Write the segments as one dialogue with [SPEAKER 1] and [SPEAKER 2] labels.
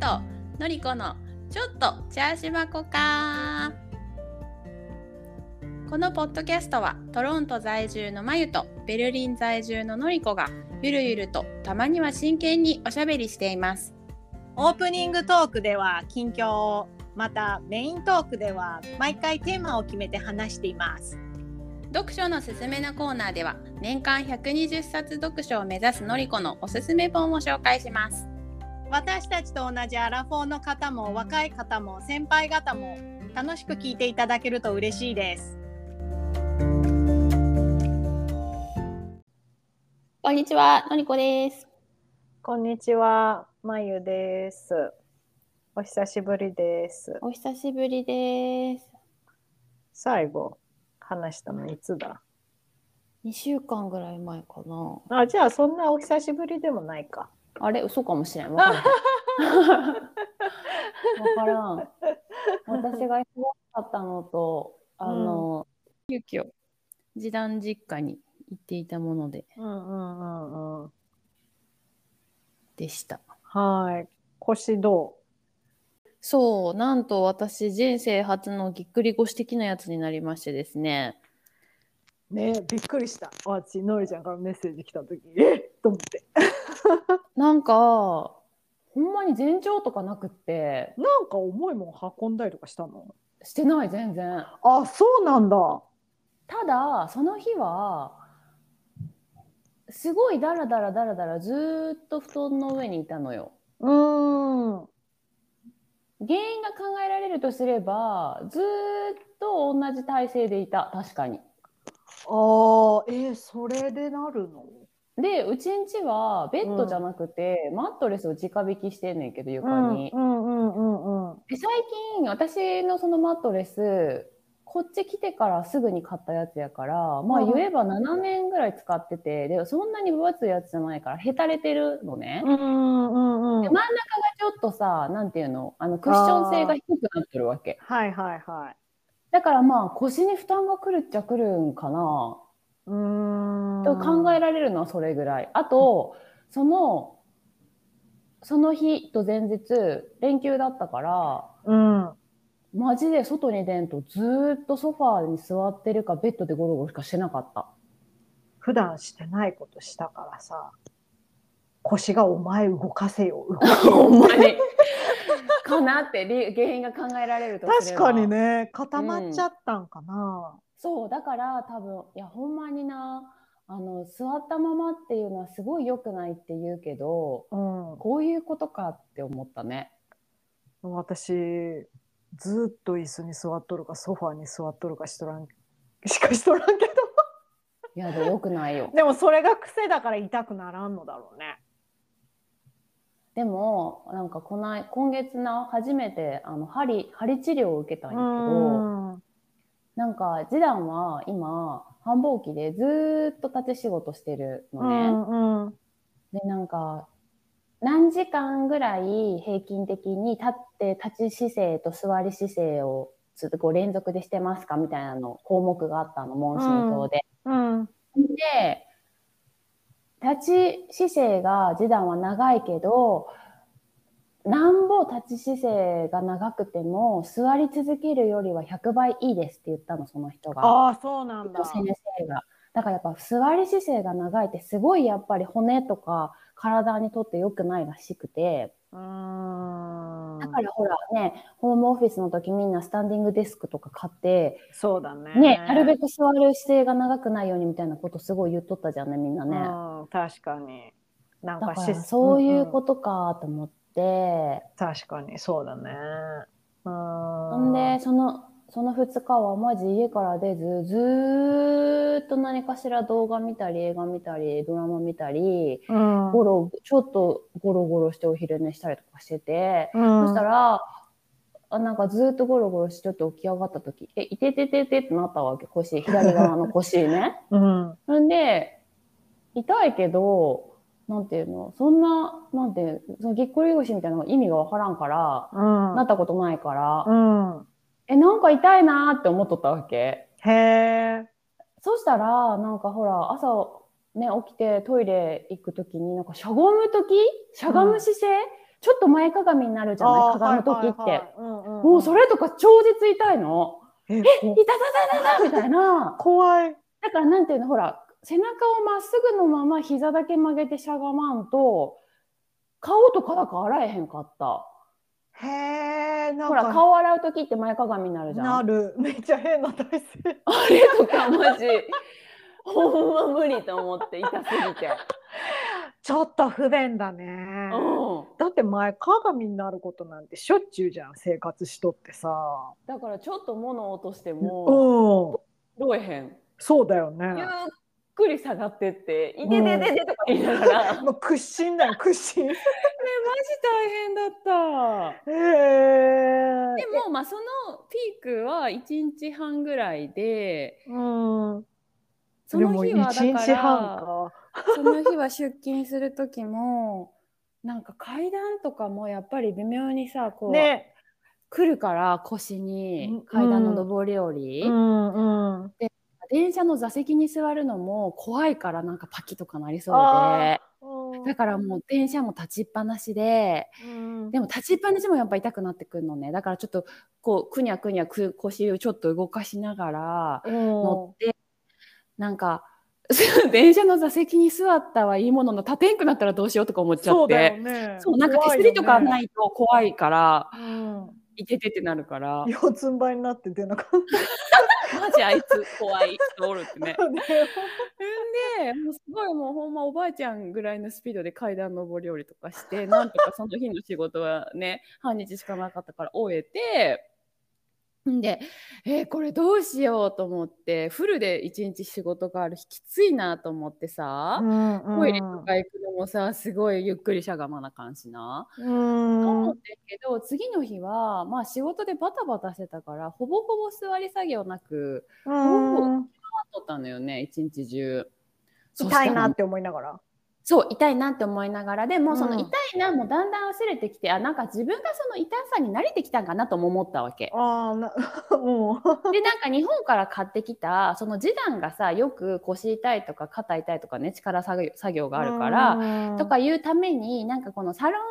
[SPEAKER 1] とのりこのちょっとチャーシュバコかこのポッドキャストはトロント在住のまゆとベルリン在住ののりこがゆるゆるとたまには真剣におしゃべりしています
[SPEAKER 2] オープニングトークでは近況をまたメイントークでは毎回テーマを決めて話しています
[SPEAKER 1] 読書のすすめのコーナーでは年間120冊読書を目指すのりこのおすすめ本を紹介します
[SPEAKER 2] 私たちと同じアラフォーの方も若い方も先輩方も楽しく聞いていただけると嬉しいです
[SPEAKER 1] こんにちはのりこです
[SPEAKER 3] こんにちは、まゆです。お久しぶりです。
[SPEAKER 1] お久しぶりです
[SPEAKER 3] 最後、話したのいつだ
[SPEAKER 1] 2週間ぐらい前かな
[SPEAKER 3] あ、じゃあそんなお久しぶりでもないか。
[SPEAKER 1] あれ嘘かもしれん。わからん。わからん。私が忙しかったのと、あの、急遽示談実家に行っていたもので
[SPEAKER 3] うんうんうんうん。
[SPEAKER 1] でした。
[SPEAKER 3] はい。腰ど
[SPEAKER 1] そう、なんと私人生初のぎっくり腰的なやつになりましてですね。
[SPEAKER 3] うねびっくりした。あっち、のりちゃんからメッセージ来た時えっと思って。
[SPEAKER 1] なんか、ほんまに前兆とかなくって、
[SPEAKER 3] なんか重いもん運んだりとかしたの
[SPEAKER 1] してない全然。
[SPEAKER 3] あ、そうなんだ。
[SPEAKER 1] ただその日はすごいダラダラダラダラずーっと布団の上にいたのよ。
[SPEAKER 3] うーん。
[SPEAKER 1] 原因が考えられるとすればずーっと同じ体勢でいた確かに。
[SPEAKER 3] あー、えーそれでなるの
[SPEAKER 1] でうちんちはベッドじゃなくて、マットレスを直引きしてんねんけど
[SPEAKER 3] う
[SPEAKER 1] 床
[SPEAKER 3] ん
[SPEAKER 1] に。
[SPEAKER 3] うんうんうんうん。
[SPEAKER 1] で最近私のそのマットレスこっち来てからすぐに買ったやつやからまあ
[SPEAKER 3] うん
[SPEAKER 1] 言えば7年ぐらい使っててでそんなに分厚いやつじゃないからへたれてるのね。
[SPEAKER 3] うんうんうん
[SPEAKER 1] で。真ん中がちょっとさ、なんていうの、あのクッション性が低くなってるわけ。
[SPEAKER 3] はいはいはい。
[SPEAKER 1] だからまあ腰に負担がくるっちゃくるんかな、
[SPEAKER 3] うーん。
[SPEAKER 1] と考えられるのはそれぐらい。あと、その、その日と前日、連休だったから、
[SPEAKER 3] うん。
[SPEAKER 1] マジで外に出んとずーっとソファーに座ってるかベッドでゴロゴロしかしてなか った。
[SPEAKER 3] 普段してないことしたからさ、腰がお前動かせよ、動かせ よ
[SPEAKER 1] ほんまに。かなって理原因が考えられるとすれば
[SPEAKER 3] 確かにね、固まっちゃったんかな。
[SPEAKER 1] そうだから多分いやほんまになあの座ったままっていうのはすごい良くないって言うけど
[SPEAKER 3] うん。
[SPEAKER 1] こういうことかって思ったね
[SPEAKER 3] 私、ずっと椅子に座っとるか、ソファーに座っとるかしとらん、 しかしとらんけど。
[SPEAKER 1] いやで良くないよ
[SPEAKER 3] でもそれが癖だから痛くならんのだろうね。
[SPEAKER 1] でもなんかこない今月な初めてあの針針治療を受けたんやけど
[SPEAKER 3] ん。
[SPEAKER 1] なんか次男は今繁忙期でずーっと立ち仕事してる
[SPEAKER 3] う
[SPEAKER 1] のね、
[SPEAKER 3] んうん。
[SPEAKER 1] でなんか何時間ぐらい平均的に立って立ち姿勢と座り姿勢をずっとこう連続でしてますかみたいなの項目があったの問診票で。
[SPEAKER 3] うん。
[SPEAKER 1] で立ち姿勢が示談は長いけどなんぼ立ち姿勢が長くても座り続けるよりは100倍いいですって言ったのその人が。
[SPEAKER 3] ああ、そうなんだ。
[SPEAKER 1] 先生が。だからやっぱ座り姿勢が長いってすごいやっぱり骨とか体にとって良くないらしくて、
[SPEAKER 3] うーん
[SPEAKER 1] だからほらね、ホームオフィスの時みんなスタンディングデスクとか買って、
[SPEAKER 3] そうだね。
[SPEAKER 1] ね、なるべく座る姿勢が長くないようにみたいなことすごい言っとったじゃんね、みんなね。
[SPEAKER 3] うん、確かに。なん
[SPEAKER 1] だ
[SPEAKER 3] か
[SPEAKER 1] から
[SPEAKER 3] シス
[SPEAKER 1] そういう
[SPEAKER 3] うんうん
[SPEAKER 1] ことかと思って、
[SPEAKER 3] 確かに、そうだね。うん。
[SPEAKER 1] ほんで、その、その2日はマジ家から出ず、ずーっと何かしら動画見たり、映画見たり、ドラマ見たり、
[SPEAKER 3] うん、
[SPEAKER 1] ゴロ、ちょっとゴロゴロしてお昼寝したりとかしてて、
[SPEAKER 3] うん、
[SPEAKER 1] そしたら、あなんかずっとゴロゴロしてちょっと起き上がった時、え、いててててってなったわけ、腰、左側 の腰ね。
[SPEAKER 3] うん、
[SPEAKER 1] ほんで、痛いけど、なんていうの、そんな、なんていうそのぎっくり腰みたいなのが意味がわからんから、
[SPEAKER 3] うん、
[SPEAKER 1] なったことないから、
[SPEAKER 3] うん。
[SPEAKER 1] え、なんか痛いなーって思っとったわけ。
[SPEAKER 3] へえ。
[SPEAKER 1] そしたら、なんかほら、朝、ね、起きてトイレ行くときに、なんかしゃがむときしゃがむ姿勢、ちょっと前かがみになるじゃないかがむ時って、もうそ
[SPEAKER 3] れ
[SPEAKER 1] れとか超絶痛いの。
[SPEAKER 3] え
[SPEAKER 1] 痛
[SPEAKER 3] こ
[SPEAKER 1] たたたたたみたいな。
[SPEAKER 3] 怖い。
[SPEAKER 1] だからなんていうのほら背中をまっすぐのまま膝だけ曲げてしゃがまんと顔とかだから洗えへんかった。
[SPEAKER 3] へえなん
[SPEAKER 1] ほら
[SPEAKER 3] か
[SPEAKER 1] 顔洗う時って前かがみになるじゃん。
[SPEAKER 3] なる めっちゃ変な体 勢。
[SPEAKER 1] あれとかマジほんま無理と思って痛すぎて。
[SPEAKER 3] ちょっと不便だね。
[SPEAKER 1] うん、
[SPEAKER 3] だって前鏡になることなんてしょっちゅうじゃん生活しとってさ。
[SPEAKER 1] だからちょっと物落としても
[SPEAKER 3] うん
[SPEAKER 1] どえへん。
[SPEAKER 3] そうだよ
[SPEAKER 1] ゆっ
[SPEAKER 3] ね。
[SPEAKER 1] くり下がってって「いてててて」とか言いな がら、マジ
[SPEAKER 3] もう屈伸だよ屈伸。へ
[SPEAKER 1] 大変だった。
[SPEAKER 3] え。
[SPEAKER 1] でもまあそのピークは1日半ぐらいで
[SPEAKER 3] うん。
[SPEAKER 1] その日はだ
[SPEAKER 3] でも一日
[SPEAKER 1] か
[SPEAKER 3] 半か。
[SPEAKER 1] らその日は出勤する時もなんか階段とかもやっぱり微妙にさこう、
[SPEAKER 3] ね。
[SPEAKER 1] 来るから腰に
[SPEAKER 3] うん
[SPEAKER 1] 階段の上り下り、
[SPEAKER 3] うんうん。
[SPEAKER 1] 電車の座席に座るのも怖いからなんかパキとかなりそう
[SPEAKER 3] あ
[SPEAKER 1] でだからもう電車も立ちっぱなしで
[SPEAKER 3] うん。
[SPEAKER 1] でも立ちっぱなしもやっぱ痛くなってくるのねだからちょっとこうくにゃくにゃく腰をちょっと動かしながら乗
[SPEAKER 3] も、
[SPEAKER 1] ってなんか 電車の座席に座ったはいいものの立てんくなったらどうしようとか思っちゃってそ,、
[SPEAKER 3] そううだよ
[SPEAKER 1] な
[SPEAKER 3] ね。。
[SPEAKER 1] んか手すりとかないいと怖いから
[SPEAKER 3] うん。
[SPEAKER 1] いててってなるから
[SPEAKER 3] 四つん這いになって出なかっ
[SPEAKER 1] マジあいつ怖い人おるってね
[SPEAKER 3] たね。
[SPEAKER 1] んでもうすごいもうほんまおばあちゃんぐらいのスピードで階段上り下りとかしてなんとかその日の仕事はね半日しかなかったから終えてんでえーこれどうしようと思ってフルで一日仕事がある日きついなと思ってさ、トイレとか行くのもさすごいゆっくりしゃがまな感じな。と
[SPEAKER 3] うん
[SPEAKER 1] 思っ。てんけど次の日はまあ仕事でバタバタしてたからほぼほぼ座り作業なく
[SPEAKER 3] うん。
[SPEAKER 1] 撮ったのよね一日中。そした
[SPEAKER 3] 痛
[SPEAKER 1] ら
[SPEAKER 3] いなって思いながら。
[SPEAKER 1] そう痛いなって思いながらでもうその
[SPEAKER 3] うん
[SPEAKER 1] 痛いなもだんだん忘れてきて、あなんか自分がその痛さに慣れてきたんかなとも思ったわけ
[SPEAKER 3] ああ、な、 も
[SPEAKER 1] でなんか日本から買ってきたその示談がさよく腰痛いとか肩痛いとかね力作業作業
[SPEAKER 3] う
[SPEAKER 1] があるから、
[SPEAKER 3] ら
[SPEAKER 1] とかいうためになんかこのサロン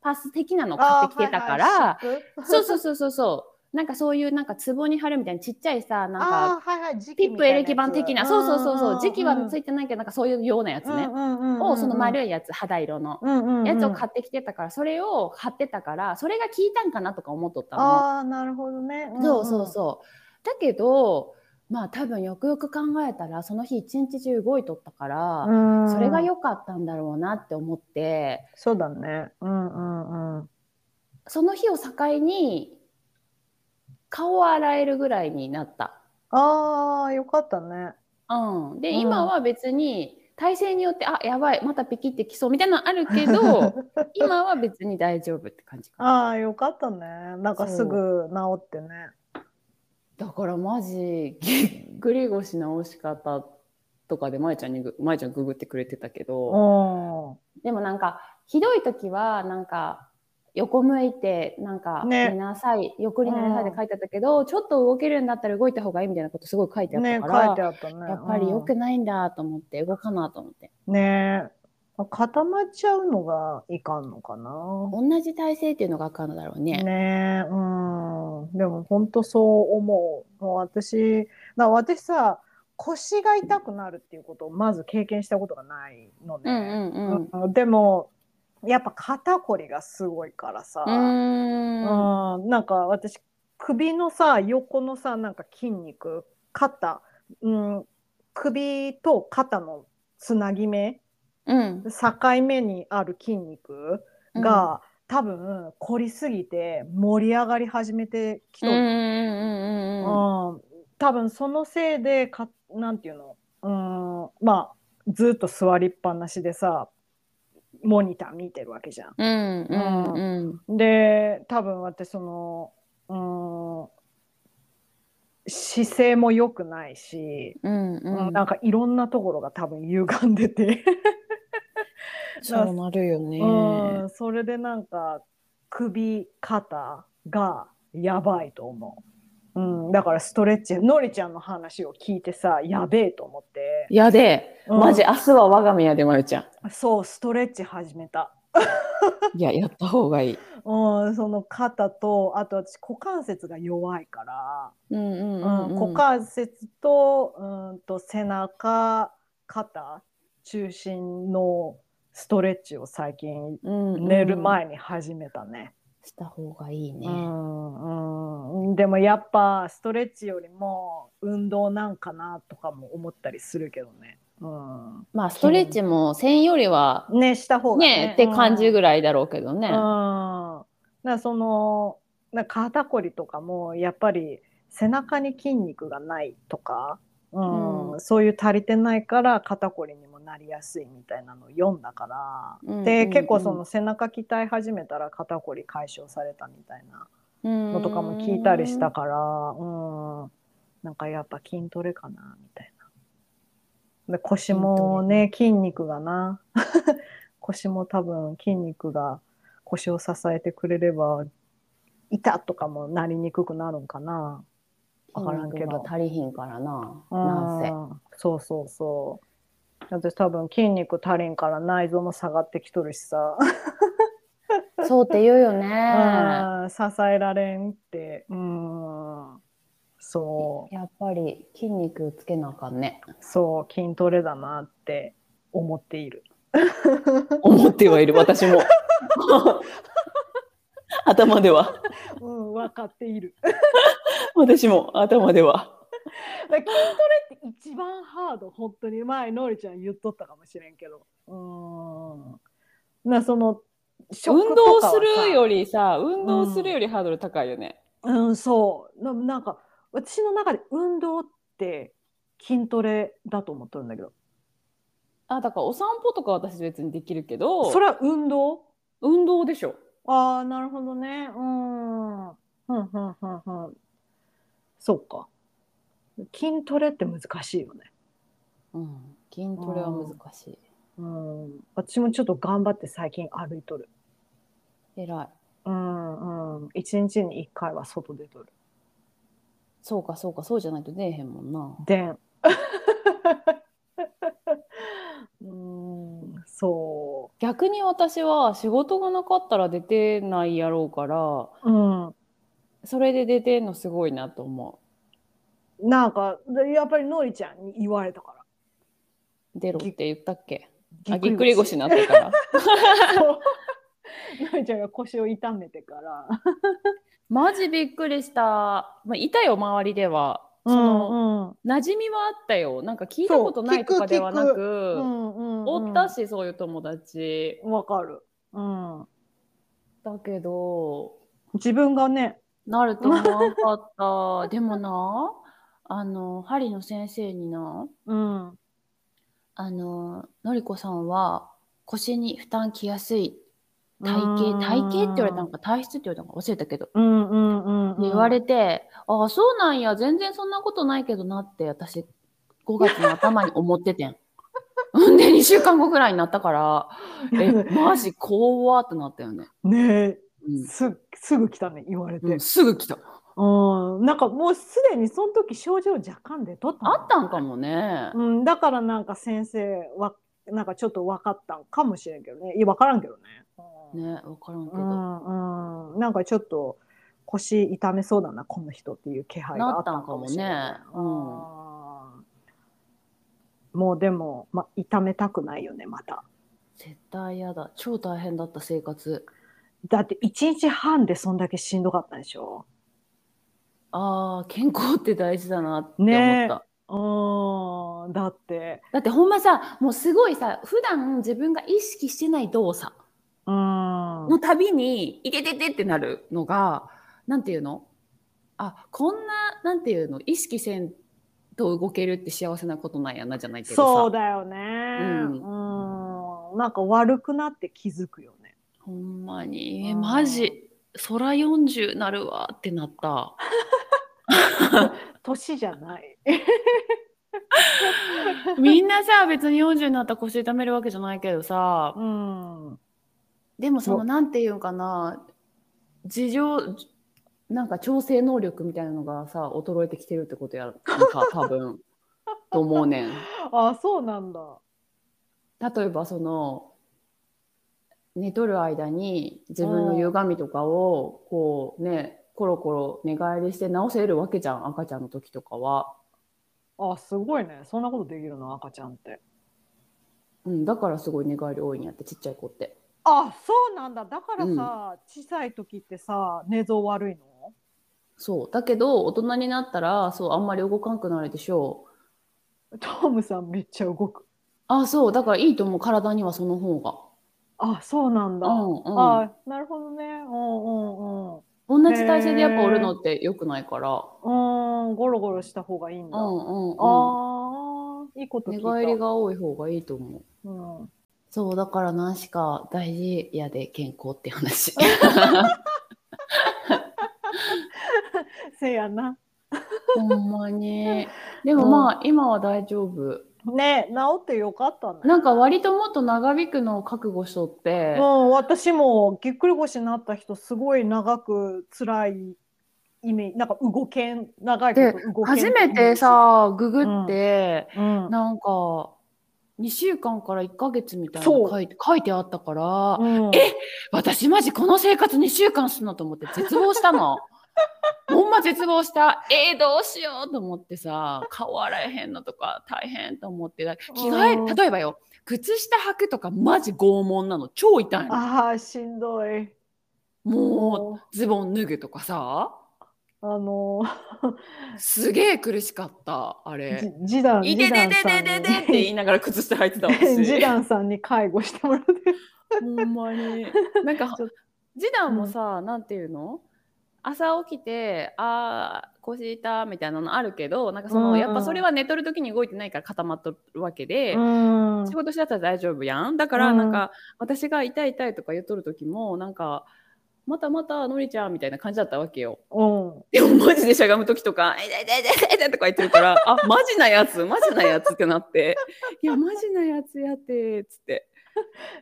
[SPEAKER 1] パス的なの買ってきてたから、 そうそうそうそうそうなんかそういうなんか壺に貼るみたいなちっちゃいさなんか
[SPEAKER 3] あーはいはいシック
[SPEAKER 1] ピップエレキ板的なそうそうそうそう時期はつい
[SPEAKER 3] い
[SPEAKER 1] てないけどなんかそういうようなやつね、
[SPEAKER 3] を
[SPEAKER 1] をその丸いやつ肌色のやつを買ってきてたから、それを貼ってたからそれが効いたんかなとか思っとったの。
[SPEAKER 3] ああーなるほどね
[SPEAKER 1] そうそうそうだけどまあ多分よくよく考えたらその日一日中動いとったから、
[SPEAKER 3] うん
[SPEAKER 1] それが良かったんだろうなって思って
[SPEAKER 3] そうだねうんうんうん
[SPEAKER 1] その日を境に顔を洗えるぐらいになった。
[SPEAKER 3] ああよかったね
[SPEAKER 1] うん、で、
[SPEAKER 3] うん
[SPEAKER 1] 今は別に体勢によってあやばいまたピキってきそうみたいなのあるけど今は別に大丈夫って感じかな
[SPEAKER 3] ああよかったねなんかすぐ治ってね
[SPEAKER 1] だからマジぎっくり腰直し方とかでまえちゃんにぐまえちゃんググってくれてたけ
[SPEAKER 3] う
[SPEAKER 1] ど
[SPEAKER 3] ん
[SPEAKER 1] でもなんかひどい時はなんか横向いてなんか
[SPEAKER 3] ね
[SPEAKER 1] 寝なさい、横になりなさいって書いてあったけど、ちょっと動けるんだったら動いた方がいいみたいなことすごい書いてあった
[SPEAKER 3] ね
[SPEAKER 1] か
[SPEAKER 3] 書
[SPEAKER 1] ら、
[SPEAKER 3] いてあったね
[SPEAKER 1] やっぱり良くないんだと思って動かなと思って
[SPEAKER 3] ね固まっちゃうのがいかんのかな
[SPEAKER 1] 同じ体勢っていうのがあかんのだろうね
[SPEAKER 3] ねえ、うん。でも本当そう思う。もう私、だ私さ、腰が痛くなるっていうことをまず経験したことがないの
[SPEAKER 1] うん
[SPEAKER 3] ね。
[SPEAKER 1] うんうん
[SPEAKER 3] うんでも、やっぱ肩こりがすごいからさ、
[SPEAKER 1] うーん
[SPEAKER 3] うんなんか私、首のさ、横のさ、なんか筋肉、肩、うん、首と肩のつなぎ目、
[SPEAKER 1] うん
[SPEAKER 3] 境目にある筋肉、が、多分凝りすぎて盛り上がり始めて
[SPEAKER 1] う
[SPEAKER 3] きと
[SPEAKER 1] んうん
[SPEAKER 3] る、
[SPEAKER 1] うんうんうん
[SPEAKER 3] うん多分そのせいでかなんていうのうんまあずっと座りっぱなしでさモニター見てるわけじゃん。
[SPEAKER 1] うんうんうん
[SPEAKER 3] で多分私そのうん姿勢も良くないし、
[SPEAKER 1] うん
[SPEAKER 3] うん
[SPEAKER 1] うん、
[SPEAKER 3] なんかいろんなところが多分歪んでて。
[SPEAKER 1] そうなるよね。
[SPEAKER 3] うん、それでなんか首肩がやばいと思う、うん、だからストレッチのりちゃんの話を聞いてさやべえと思って
[SPEAKER 1] いやで、
[SPEAKER 3] うん
[SPEAKER 1] マジ明日は我が身やでまゆちゃん。
[SPEAKER 3] そうストレッチ始めた
[SPEAKER 1] いや、やった方がいい。
[SPEAKER 3] うん、その肩とあと私股関節が弱いから、
[SPEAKER 1] うんうん
[SPEAKER 3] うん股関節とうんと背中肩中心のストレッチを最近
[SPEAKER 1] うん
[SPEAKER 3] 寝る前に始めたね。
[SPEAKER 1] した方がいいね。
[SPEAKER 3] うんうん、でもやっぱストレッチよりも運動なんかなとかも思ったりするけどね。う
[SPEAKER 1] まあ、ストレッチも線よりは
[SPEAKER 3] ん、ねした方がね
[SPEAKER 1] ねって感じ
[SPEAKER 3] ぐ
[SPEAKER 1] ぐらいだろうけどね。
[SPEAKER 3] うん、なそのな肩こりとかもやっぱり背中に筋肉がないとか、うん
[SPEAKER 1] う
[SPEAKER 3] そういう足りてないから肩こりにもなりやすいみたいなのを読んだから、
[SPEAKER 1] うんうんう
[SPEAKER 3] で
[SPEAKER 1] ん
[SPEAKER 3] 結構その背中鍛え始めたら肩こり解消されたみたいな
[SPEAKER 1] の
[SPEAKER 3] のとかも聞いたりした。から、うんなんかやっぱ筋トレかなみたいな。で腰もね筋肉がな 腰も多分筋肉が腰を支えてくれれば痛とかもなりにくくなるんかな。わからんけど
[SPEAKER 4] 筋肉が足りひんからな。
[SPEAKER 3] う
[SPEAKER 4] なんせ。
[SPEAKER 3] んそうそうそう。私多分筋肉足りんから内臓も下がってきとるしさ、
[SPEAKER 4] そうって言うよね。
[SPEAKER 3] うん支えられんって、うん、そう。
[SPEAKER 4] やっぱり筋肉つけなあかんね。
[SPEAKER 3] そう筋トレだなって思っている。
[SPEAKER 1] 思ってはいる、私 も。頭では。
[SPEAKER 3] うん、分かってい る。
[SPEAKER 1] 私も頭では。
[SPEAKER 3] 筋トレって一番ハード、本当に前のりちゃん言っとったかもしれんけど。うん。なその
[SPEAKER 1] 運動するよ
[SPEAKER 3] り、
[SPEAKER 1] りさ、運動するよりハードル高いよね。
[SPEAKER 3] うん、そうななんか私の中で運動って筋トレだと思っとるんだけど、
[SPEAKER 1] あ、だからお散歩とか私別にできるけど、
[SPEAKER 3] それは運動？
[SPEAKER 1] 運動でしょ。
[SPEAKER 3] ああ、なるほどね。うん。うん、うん、うん、うん。そうか。筋トレって難しいよね。
[SPEAKER 1] うん、筋トレは難しい。
[SPEAKER 3] うん。私もちょっと頑張って最近歩いとる。
[SPEAKER 1] 偉い。
[SPEAKER 3] うん、うん。一日に一回は外出とる。
[SPEAKER 1] そうかそうか、そうじゃないと出えへんもんな。
[SPEAKER 3] で ん。うん、そ
[SPEAKER 1] 逆に私は仕事がなかったら出てないやろうから、
[SPEAKER 3] う。うん。
[SPEAKER 1] それで出てんのすごいなと思
[SPEAKER 3] なんか、でやっぱりのりちゃんに言われたから。
[SPEAKER 1] う。出ろって言ったっけあ、ぎ
[SPEAKER 3] ぎっ
[SPEAKER 1] っ
[SPEAKER 3] く
[SPEAKER 1] く
[SPEAKER 3] り
[SPEAKER 1] り腰
[SPEAKER 3] 腰
[SPEAKER 1] になってから。
[SPEAKER 3] そう のりちゃんが腰を痛めてから。
[SPEAKER 1] マジびっくりした。まあ、いたよ、周りでは。その、
[SPEAKER 3] の、
[SPEAKER 1] 馴染みはあったよ。なんか聞いたことないとかではな
[SPEAKER 3] そう聞く
[SPEAKER 1] く、お
[SPEAKER 3] お
[SPEAKER 1] ったし、そういう友達。
[SPEAKER 3] わかる、うん、
[SPEAKER 1] だけど、
[SPEAKER 3] 自分がね
[SPEAKER 1] なると思わんか った。でもな、あの、針の先生にな、
[SPEAKER 3] うん
[SPEAKER 1] あの、のりこさんは腰に負担きやすい体型、体型って言われたのか体質って言われたのか忘れたけど、
[SPEAKER 3] うんうんうん、うん、
[SPEAKER 1] 言われて、ああ、そうなんや、全然そんなことないけどなって、私、5月の頭に思っててん。 んで、2週間後ぐらいになったから、え、マジ怖ってなったよね。
[SPEAKER 3] ねえ
[SPEAKER 1] うん
[SPEAKER 3] すすぐ来たね言われて、
[SPEAKER 1] うん、すぐ来た。
[SPEAKER 3] うん、なんかもうすでにその時症状若干出とった
[SPEAKER 1] あったんかもね。
[SPEAKER 3] も、うん、だからなんか先生はなんかちょっと分かったんかもしれんけどねいや分からんけどね,、うん、
[SPEAKER 1] ね、わからんけ
[SPEAKER 3] う
[SPEAKER 1] ど。
[SPEAKER 3] んうん、なんかちょっと腰痛めそうだなこの人っていう気配があったのかもしれない
[SPEAKER 1] なったんかも
[SPEAKER 3] うんもうでも、ま、痛めたくないよねまた
[SPEAKER 1] 絶対嫌だ。超大変だった生活。
[SPEAKER 3] だって1日半でそんだけしんどかったでしょ
[SPEAKER 1] ああ、健康って大事だなって思った。
[SPEAKER 3] ねうんだって
[SPEAKER 1] だってほんまさ、もうすごいさ、普段自分が意識してない動作。
[SPEAKER 3] うん
[SPEAKER 1] のたびに、いてててってなるのが、なんていうのあ、こんな、なんていうの意識せんと動けるって幸せなことなんやな、じゃないけどさ。
[SPEAKER 3] そうだよね、うん、なんか悪くなって気づくよね
[SPEAKER 1] ほんま
[SPEAKER 3] う
[SPEAKER 1] に、え
[SPEAKER 3] ん
[SPEAKER 1] マジ、空40なるわってな った。
[SPEAKER 3] 年じゃない
[SPEAKER 1] みんなさ、別に40になったら腰痛めるわけじゃないけどさ、
[SPEAKER 3] ん
[SPEAKER 1] でもそ
[SPEAKER 3] そ
[SPEAKER 1] の、なんていうんかな、事情、なんか調整能力みたいなのがさ、衰えてきてるってことやんか、多 分。と思うねん。
[SPEAKER 3] あそうなんだ
[SPEAKER 1] 例えばその寝とる間に自分の歪みとかをこうねコロコロ寝返りして直せるわけじゃん赤ちゃんの時とかは、
[SPEAKER 3] あ、すごいね。そんなことできるの、赤ちゃんって。
[SPEAKER 1] うん、だからすごい寝返り多いんやってちっちゃい子って
[SPEAKER 3] あ、そうなんだ。だからさ、小さい時ってさ、寝相悪いの
[SPEAKER 1] そうだけど大人になったらそうあんまり動かんくなるでしょう
[SPEAKER 3] トムさんめっちゃ動く。
[SPEAKER 1] あそうだからいいと思う体にはその方が
[SPEAKER 3] あ、そうなんだ。
[SPEAKER 1] うんうん
[SPEAKER 3] あ、なるほどね。うんうんうん。
[SPEAKER 1] 同じ体勢でやっぱ折るのって良くないから
[SPEAKER 3] うーん、ゴロゴロした方がいいん
[SPEAKER 1] う
[SPEAKER 3] だ。
[SPEAKER 1] んうんうん
[SPEAKER 3] ああ、いいこと聞
[SPEAKER 1] 寝
[SPEAKER 3] いた。
[SPEAKER 1] 返りが多い方がいいと思う
[SPEAKER 3] うん。
[SPEAKER 1] そうだから何しか大事やで健康って話
[SPEAKER 3] せやな。
[SPEAKER 1] ほんま にでもまあ、今は大丈夫
[SPEAKER 3] ね治ってよかったね。
[SPEAKER 1] なんか割ともっと長引くのを覚悟しとって、
[SPEAKER 3] うん、私もぎっくり腰になった人すごい長く辛いイメージなんか動けん長いこと動けん
[SPEAKER 1] 初めて、さググって、
[SPEAKER 3] うん
[SPEAKER 1] なんか2週間から1ヶ月みたいな
[SPEAKER 3] そう
[SPEAKER 1] 書いて書いてあったから、
[SPEAKER 3] うん
[SPEAKER 1] え私マジこの生活2週間すんのと思って絶望した のほんま絶望したえー、どうしようと思ってさ顔洗えへんのとか大変と思って着替
[SPEAKER 3] うん
[SPEAKER 1] え例えばよ靴下履くとかマジ拷問なの超痛いの
[SPEAKER 3] ああしんどい
[SPEAKER 1] も
[SPEAKER 3] もう
[SPEAKER 1] うズボン脱ぐとかさ
[SPEAKER 3] あの
[SPEAKER 1] すげえ苦しかった、あれ。
[SPEAKER 3] じジダン
[SPEAKER 1] い
[SPEAKER 3] ジ
[SPEAKER 1] で
[SPEAKER 3] ダ
[SPEAKER 1] で
[SPEAKER 3] ン
[SPEAKER 1] で
[SPEAKER 3] さ
[SPEAKER 1] で
[SPEAKER 3] ん
[SPEAKER 1] ででって言いながら靴下履いてたわ
[SPEAKER 3] に
[SPEAKER 1] し。
[SPEAKER 3] ジダンさんに介護してもらって
[SPEAKER 1] ほんまに。なんか
[SPEAKER 3] ちょっと、
[SPEAKER 1] ジダンもさ、なんていうの朝起きて、あー、腰痛みたいなのあるけど、なんかその、
[SPEAKER 3] うん
[SPEAKER 1] やっぱそれは寝とる時に動いてないから固まっとるわけで、
[SPEAKER 3] うん
[SPEAKER 1] 仕事しだったら大丈夫やん。だから、
[SPEAKER 3] うん
[SPEAKER 1] なんか、私が痛い痛いとか言っとる時も、なんか、またまた、のりちゃんみたいな感じだったわけよ。
[SPEAKER 3] うん
[SPEAKER 1] でもマジでしゃがむ時とか「痛い痛い痛い痛い痛い」とか言ってる から「あマジなやつマジなやつ」ってなって「いやマジなやつやって」っつって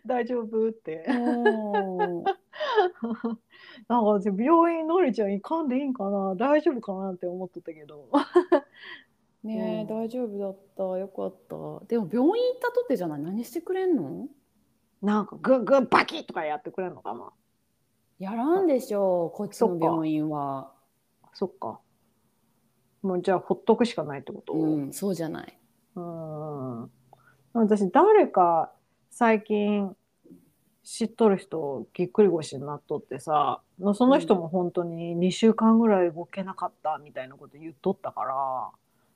[SPEAKER 3] 大丈夫って
[SPEAKER 1] うん
[SPEAKER 3] なんか私病院のりちゃん行かんでいいんかな大丈夫かなって思っとったけど
[SPEAKER 1] ねえ、
[SPEAKER 3] うん
[SPEAKER 1] 大丈夫だったよかったでも病院行ったとってじゃない何してくれんの
[SPEAKER 3] なんかグングンバキッとかやってくれるのかな
[SPEAKER 1] やらんでしょうこっち
[SPEAKER 3] そ
[SPEAKER 1] の
[SPEAKER 3] っか
[SPEAKER 1] 病院は
[SPEAKER 3] そっか。もうじゃあほっとくしかないってこと
[SPEAKER 1] う
[SPEAKER 3] うん
[SPEAKER 1] そうじゃない
[SPEAKER 3] ん。私誰か最近知っとる人ぎっくり腰になっとってさ、のその人も本当に2週間ぐらい動けなかったみたいなこと言っとったか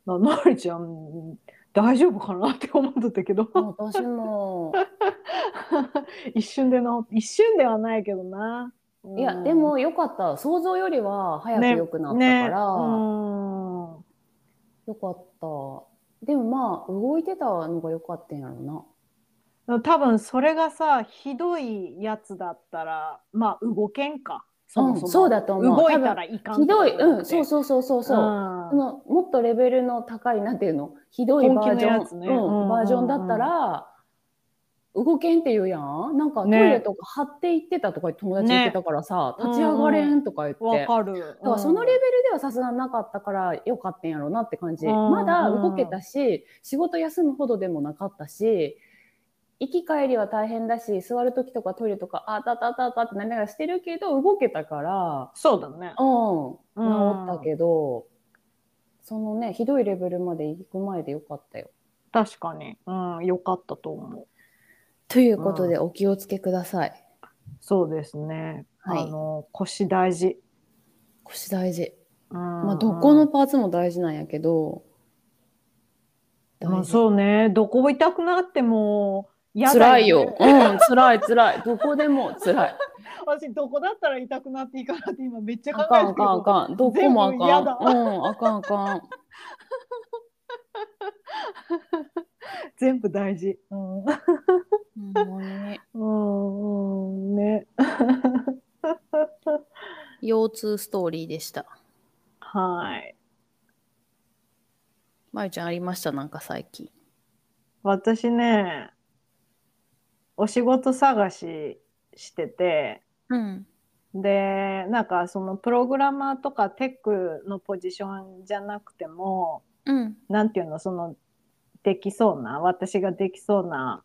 [SPEAKER 3] ら、ななりちゃん大丈夫かなって思っとったけど、
[SPEAKER 1] 私も
[SPEAKER 3] 一瞬で治一瞬ではないけどな。うん
[SPEAKER 1] いやでもよかった想像よりは早く良くなったから、
[SPEAKER 3] ねうん
[SPEAKER 1] よかったでもまあ動いてたのが良かったんやろうな
[SPEAKER 3] 多分それがさひどいやつだったらまあ動けんかそもそも
[SPEAKER 1] うんそうだと思う
[SPEAKER 3] 動いたらいかん
[SPEAKER 1] ひどい、うん、そう
[SPEAKER 3] そ
[SPEAKER 1] そうそうそうそう。そ
[SPEAKER 3] ん
[SPEAKER 1] のもっとレベルの高いなんていうのひどいバージ
[SPEAKER 3] 本気のや
[SPEAKER 1] ョ
[SPEAKER 3] つ
[SPEAKER 1] ン、
[SPEAKER 3] ね
[SPEAKER 1] うん
[SPEAKER 3] うんうんうん
[SPEAKER 1] バージョンだったら動けんって言うやんなんかトイ
[SPEAKER 3] ね
[SPEAKER 1] レとか張っていってたとか友達言ってたからさ、立ち上がれんとか言って、
[SPEAKER 3] わ、
[SPEAKER 1] だ
[SPEAKER 3] かる
[SPEAKER 1] からそのレベルではさすがになかったからよかったんやろうなって感じ、
[SPEAKER 3] うんうん
[SPEAKER 1] まだ動けたし仕事休むほどでもなかったし行き帰りは大変だし座る時とかトイレとかあたたたたってなりながらしてるけど動けたから
[SPEAKER 3] そうだね
[SPEAKER 1] う
[SPEAKER 3] うん
[SPEAKER 1] ん、治ったけど、そのね、ひどいレベルまで行く前でよかったよ。
[SPEAKER 3] 確かに、うん、よかったと思う
[SPEAKER 1] という
[SPEAKER 3] ことで
[SPEAKER 1] お気をつけください。
[SPEAKER 3] そうですね、
[SPEAKER 1] はい
[SPEAKER 3] あの腰大事、
[SPEAKER 1] 腰大事。
[SPEAKER 3] うん
[SPEAKER 1] まあ、どこのパーツも大事なんやけど、
[SPEAKER 3] うんまあ、そうねどこ痛くなっても嫌だ
[SPEAKER 1] 辛
[SPEAKER 3] ね
[SPEAKER 1] いよ。うん、辛い辛い。どこでも辛い。
[SPEAKER 3] 私どこだったら痛くなっていいかなって今めっちゃ考
[SPEAKER 1] あ
[SPEAKER 3] えて
[SPEAKER 1] か
[SPEAKER 3] る
[SPEAKER 1] んあかんあかん。どこもあかん。うん、あかんあかん。
[SPEAKER 3] 全部大事、うん
[SPEAKER 1] ほんまに
[SPEAKER 3] うんうんね。
[SPEAKER 1] 腰痛ストーリーでした。
[SPEAKER 3] はい。
[SPEAKER 1] まゆちゃんありましたなんか最近。
[SPEAKER 3] 私ね、お仕事探ししてて、
[SPEAKER 1] うん。
[SPEAKER 3] で、なんかそのプログラマーとかテックのポジションじゃなくても、
[SPEAKER 1] うん。
[SPEAKER 3] なんていうの、その、できそうな、私ができそうな、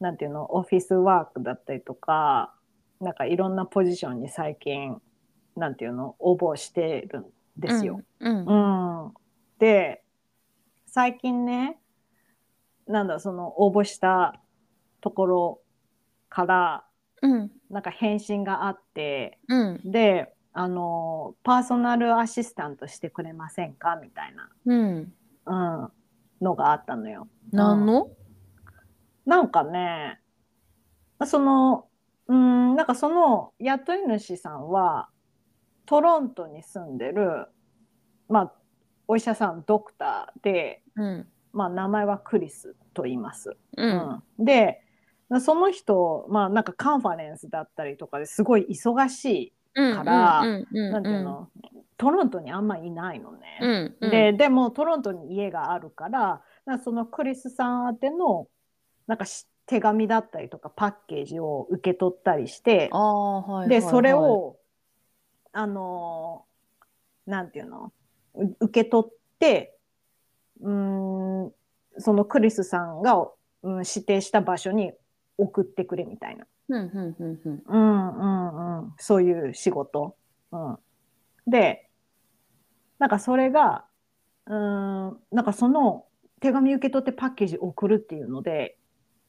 [SPEAKER 3] なんていうの、オフィスワークだったりとか、なんかいろんなポジションに最近なんていうの応募してるんですよ。
[SPEAKER 1] うん。うん。
[SPEAKER 3] うん、で最近ねなんだその応募したところから
[SPEAKER 1] うん。
[SPEAKER 3] なんか返信があって
[SPEAKER 1] うん。
[SPEAKER 3] であのパーソナルアシスタントしてくれませんかみたい
[SPEAKER 1] うん。
[SPEAKER 3] な、うん、のがあったのよ。
[SPEAKER 1] 何の
[SPEAKER 3] なんかね、その、うん、なんかその雇い主さんは、トロントに住んでる、まあ、お医者さん、ドクターで、
[SPEAKER 1] うん。
[SPEAKER 3] まあ、名前はクリスと言います。
[SPEAKER 1] うん。
[SPEAKER 3] うんで、その人、まあ、なんかカンファレンスだったりとかですごい忙し
[SPEAKER 1] うん。
[SPEAKER 3] から
[SPEAKER 1] うん。
[SPEAKER 3] い、
[SPEAKER 1] うん。
[SPEAKER 3] なんていうの、トロントにあんまいないのね。
[SPEAKER 1] うん。うん。
[SPEAKER 3] ででもトロントに家があるからなんかそのクリスさん宛てのなんかし手紙だったりとかパッケージを受け取ったりして
[SPEAKER 1] ああ、はいはい、はい。
[SPEAKER 3] でそれ、をあのーなんていうのう受け取ってうーんそのクリスさんが、うん、指定した場所に送ってくれみたいな、
[SPEAKER 1] うん。うん。うん。うん。
[SPEAKER 3] うんうんうん、そういう仕事。うん、でなんかそれがうーんなんかその手紙受け取ってパッケージ送るっていうので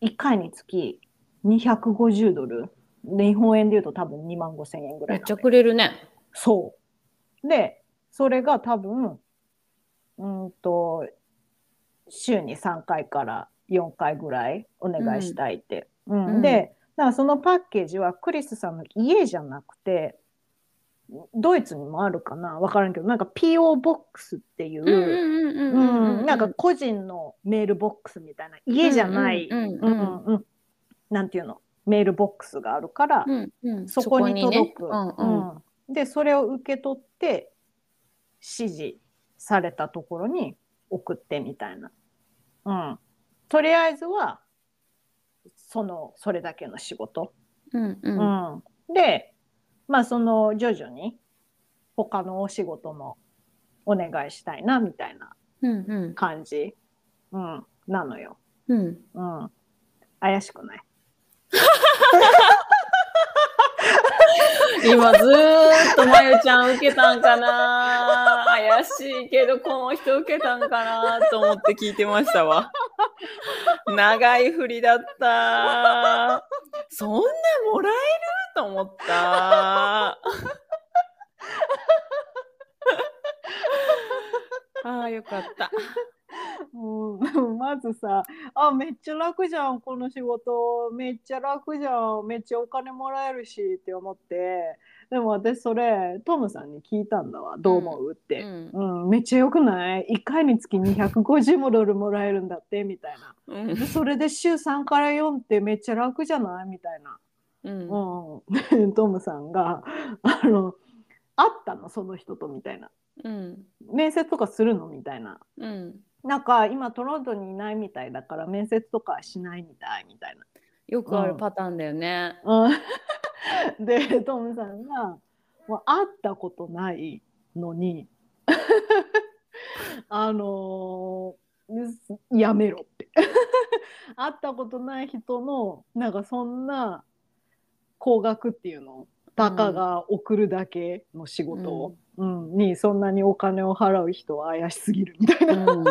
[SPEAKER 3] 1回につき250ドル日本円でいうと多分2万5千円ぐら
[SPEAKER 1] め
[SPEAKER 3] い
[SPEAKER 1] っ
[SPEAKER 3] な
[SPEAKER 1] ちゃ
[SPEAKER 3] の
[SPEAKER 1] くれるね。
[SPEAKER 3] そうでそれが多分うーんと週に3回から4回ぐらいお願いしたいって、うん
[SPEAKER 1] うん
[SPEAKER 3] でだからそのパッケージはクリスさんの家じゃなくてドイツにもあるかな分からんけどなんか PO ボックスっていう、
[SPEAKER 1] うん。うん。うん。
[SPEAKER 3] うんなんか個人のメールボックスみたいな家じゃない、
[SPEAKER 1] うんうん
[SPEAKER 3] う
[SPEAKER 1] うんん
[SPEAKER 3] うんなんていうのメールボックスがあるから、
[SPEAKER 1] うん。うん。
[SPEAKER 3] そこに届く。
[SPEAKER 1] そこにねうん。うん。
[SPEAKER 3] うんでそれを受け取って指示されたところに送ってみたいな。うん、とりあえずはそのそれだけの仕事。
[SPEAKER 1] うん。うん。
[SPEAKER 3] うん、で、まあ、その徐々に他のお仕事もお願いしたいなみたいな
[SPEAKER 1] うん。
[SPEAKER 3] 感じ、うん、なのよ。
[SPEAKER 1] うん。
[SPEAKER 3] うん、怪しくない
[SPEAKER 1] 今ずーっとまゆちゃん受けたんかな怪しいけどこの人受けたんかなと思って聞いてましたわ長い振りだった そんなもらえると思ったああよかった
[SPEAKER 3] うん、 まずさ「あめっちゃ楽じゃんこの仕事めっちゃ楽じゃんめっちゃお金もらえるし」って思ってでも私それトムさんに聞いたんだわ「どう思う?」って、
[SPEAKER 1] うん
[SPEAKER 3] うんめっちゃ良くない ?1 回につき250もドルもらえるんだってみたいな。
[SPEAKER 1] うん
[SPEAKER 3] でそれで週3から4ってめっちゃ楽じゃないみたいな。
[SPEAKER 1] うん
[SPEAKER 3] うん トムさんが「あの会ったのその人と」みたいな
[SPEAKER 1] うん
[SPEAKER 3] 「面接とかするの?」みたいな。
[SPEAKER 1] うん
[SPEAKER 3] なんか今トロントにいないみたいだから面接とかはしないみたいみたい
[SPEAKER 1] よくあるパターンだよね
[SPEAKER 3] な。うん、でトムさんが「もう会ったことないのにあのーやめろ」って。会ったことない人のなんかそんな高額っていうのバカが送るだけの仕事を、うんにそんなにお金を払う人は怪しすぎるみたいな。
[SPEAKER 1] うん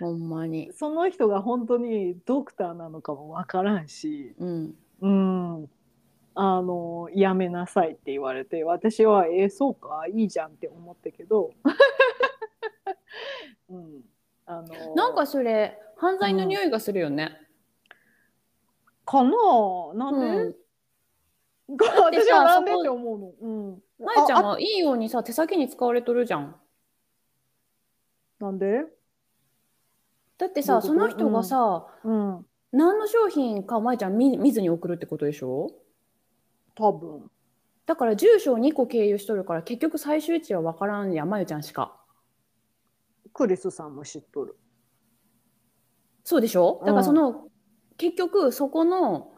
[SPEAKER 1] ほんまに
[SPEAKER 3] その人が本当にドクターなのかもわからんし、
[SPEAKER 1] うん
[SPEAKER 3] うん、あの、やめなさいって言われて、私は、えそうか、いいじゃんって思ったけど、 うん、あの、
[SPEAKER 1] なんかそれ犯罪の匂いがするよね。
[SPEAKER 3] かなあな
[SPEAKER 1] うん
[SPEAKER 3] で、
[SPEAKER 1] ん。ってさ
[SPEAKER 3] 私はなんで
[SPEAKER 1] そこ
[SPEAKER 3] って思うの。うん。
[SPEAKER 1] まゆちゃん
[SPEAKER 3] あ
[SPEAKER 1] はいいようにさ手先に使われとるじゃん。
[SPEAKER 3] あなんで
[SPEAKER 1] だって
[SPEAKER 3] ど
[SPEAKER 1] さ
[SPEAKER 3] ういうこと
[SPEAKER 1] その人がさ、
[SPEAKER 3] うん、
[SPEAKER 1] 何の商品かまゆちゃん見見ずに送るってことでしょ
[SPEAKER 3] 多分。
[SPEAKER 1] だから住所を2個経由しとるから結局最終値は分からんやまゆちゃんしか。
[SPEAKER 3] クリスさんも知っとる。
[SPEAKER 1] そうでしょだからその、結局そこの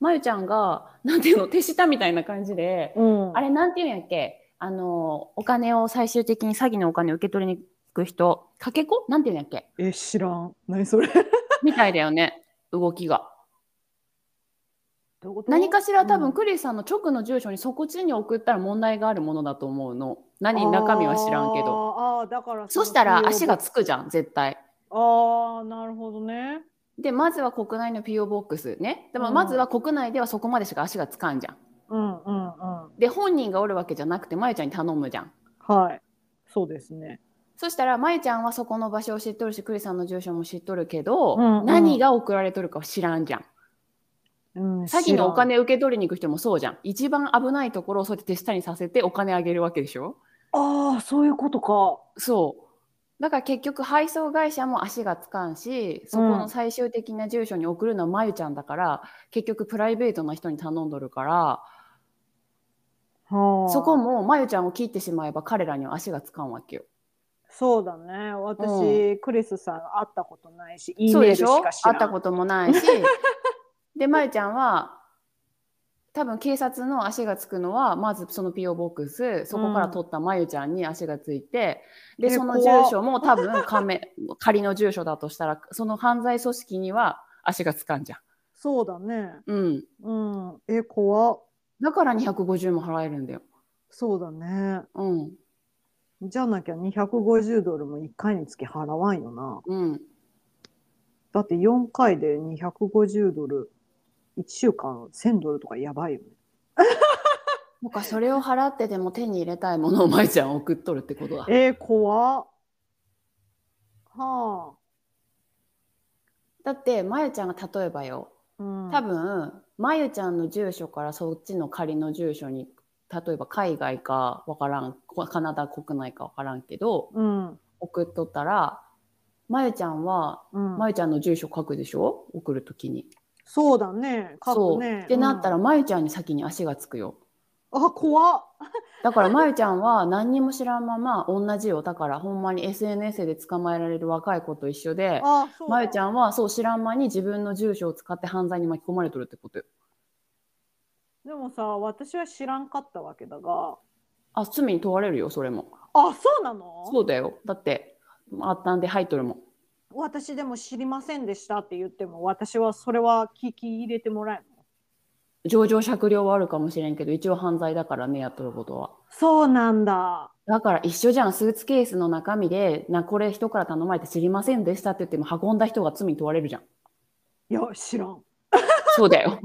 [SPEAKER 1] まゆちゃんがなんていうの手下みたいな感じで。
[SPEAKER 3] うん
[SPEAKER 1] あれなんていうんやっけあのお金を最終的に詐欺のお金を受け取りに行く人かけ子なんていうんやっけ
[SPEAKER 3] え、知らん。何それ。
[SPEAKER 1] みたいだよね動きが
[SPEAKER 3] どういうこと
[SPEAKER 1] 何かしら多
[SPEAKER 3] う
[SPEAKER 1] 分
[SPEAKER 3] ん
[SPEAKER 1] クリスさんの直の住所にそこちに送ったら問題があるものだと思うの何中身は知らんけど
[SPEAKER 3] あーあーだから
[SPEAKER 1] そしたら足が
[SPEAKER 3] つ
[SPEAKER 1] つくじゃん絶対
[SPEAKER 3] ああなるほどね
[SPEAKER 1] でまずは国内の PO ボックスねで
[SPEAKER 3] う
[SPEAKER 1] も
[SPEAKER 3] ん
[SPEAKER 1] まずは国内ではそこまでしか足がつかんじゃん
[SPEAKER 3] うんうんうん
[SPEAKER 1] で本人がおるわけじゃなくてまゆちゃんに頼むじゃん
[SPEAKER 3] はいそうですね
[SPEAKER 1] そしたらまゆちゃんはそこの場所を知っとるしクリさんの住所も知っとるけど、
[SPEAKER 3] うんうん
[SPEAKER 1] 何が送られとるかは知らんじゃん
[SPEAKER 3] うん
[SPEAKER 1] 詐欺
[SPEAKER 3] 知ら
[SPEAKER 1] の
[SPEAKER 3] ん
[SPEAKER 1] お金受け取りに行く人もそうじゃん一番危ないところをそうやって手下にさせてお金あげるわけでしょ
[SPEAKER 3] ああそういうことか
[SPEAKER 1] そうだから結局配送会社も足がつかんしそこの最終的な住所に送るのはまゆちゃんだから、結局プライベートな人に頼んどるから
[SPEAKER 3] はあ
[SPEAKER 1] そこもまゆちゃんを切ってしまえば彼らには足がつかんわけよ。
[SPEAKER 3] そうだね私、クリスさん会ったことないし E
[SPEAKER 1] そう
[SPEAKER 3] メー
[SPEAKER 1] で
[SPEAKER 3] ル
[SPEAKER 1] し
[SPEAKER 3] し
[SPEAKER 1] ょ
[SPEAKER 3] か知ら
[SPEAKER 1] 会
[SPEAKER 3] ん
[SPEAKER 1] ったことも ないしでまゆちゃんは多分警察の足がつくのはまずその PO ボックスそこから取ったまゆちゃんに足がついて、で
[SPEAKER 3] え
[SPEAKER 1] その
[SPEAKER 3] 怖っ
[SPEAKER 1] 住所も多分仮名 仮の住所だとしたらその犯罪組織には足がつかんじゃん。
[SPEAKER 3] そうだね
[SPEAKER 1] うん、
[SPEAKER 3] うんえ怖っ
[SPEAKER 1] だから250も払えるんだよ。
[SPEAKER 3] そうだね
[SPEAKER 1] うん
[SPEAKER 3] じゃなきゃ250ドルも1回につき払わんよな
[SPEAKER 1] うん、
[SPEAKER 3] だって4回で250ドル1週間1000ドルとかやばいよね
[SPEAKER 1] なんかそれを払ってでも手に入れたいものをまゆちゃんは送っとるってことだ。
[SPEAKER 3] えー、怖っは
[SPEAKER 1] だってまゆちゃんが例えばよ
[SPEAKER 3] あ、うん、
[SPEAKER 1] 多分まゆちゃんの住所からそっちの仮の住所に例えば海外かわからんこカナダ国内かわからんけど
[SPEAKER 3] うん
[SPEAKER 1] 送っとったらまゆちゃんは
[SPEAKER 3] うん
[SPEAKER 1] まゆちゃんの住所書くでしょ送るときに。
[SPEAKER 3] そうだね書
[SPEAKER 1] そ
[SPEAKER 3] く
[SPEAKER 1] う
[SPEAKER 3] ね
[SPEAKER 1] ってなったら
[SPEAKER 3] うん
[SPEAKER 1] まゆちゃんに先に足がつくよ。
[SPEAKER 3] あ怖っ
[SPEAKER 1] だからまゆちゃんは何にも知らんまま同じよだからほんまに SNS で捕まえられる若い子と一緒で
[SPEAKER 3] あそうだ
[SPEAKER 1] まゆちゃんはそう知らん間に自分の住所を使って犯罪に巻き込まれとるってことよ。
[SPEAKER 3] でもさ私は知らんかったわけだが
[SPEAKER 1] あ罪に問われるよそれも。
[SPEAKER 3] あそうなの
[SPEAKER 1] そうだよ。だって、あったんで入っとるもん。
[SPEAKER 3] 私でも知りませんでしたって言っても私はそれは聞き入れてもらえるの
[SPEAKER 1] 上場酌量はあるかもしれんけど、一応犯罪だからね、やっとることは。
[SPEAKER 3] そうなんだ
[SPEAKER 1] だから一緒じゃん、スーツケースの中身で、な、これ人から頼まれて知りませんでしたって言っても、運んだ人が罪に問われるじゃん。
[SPEAKER 3] いや知らん
[SPEAKER 1] そうだよ。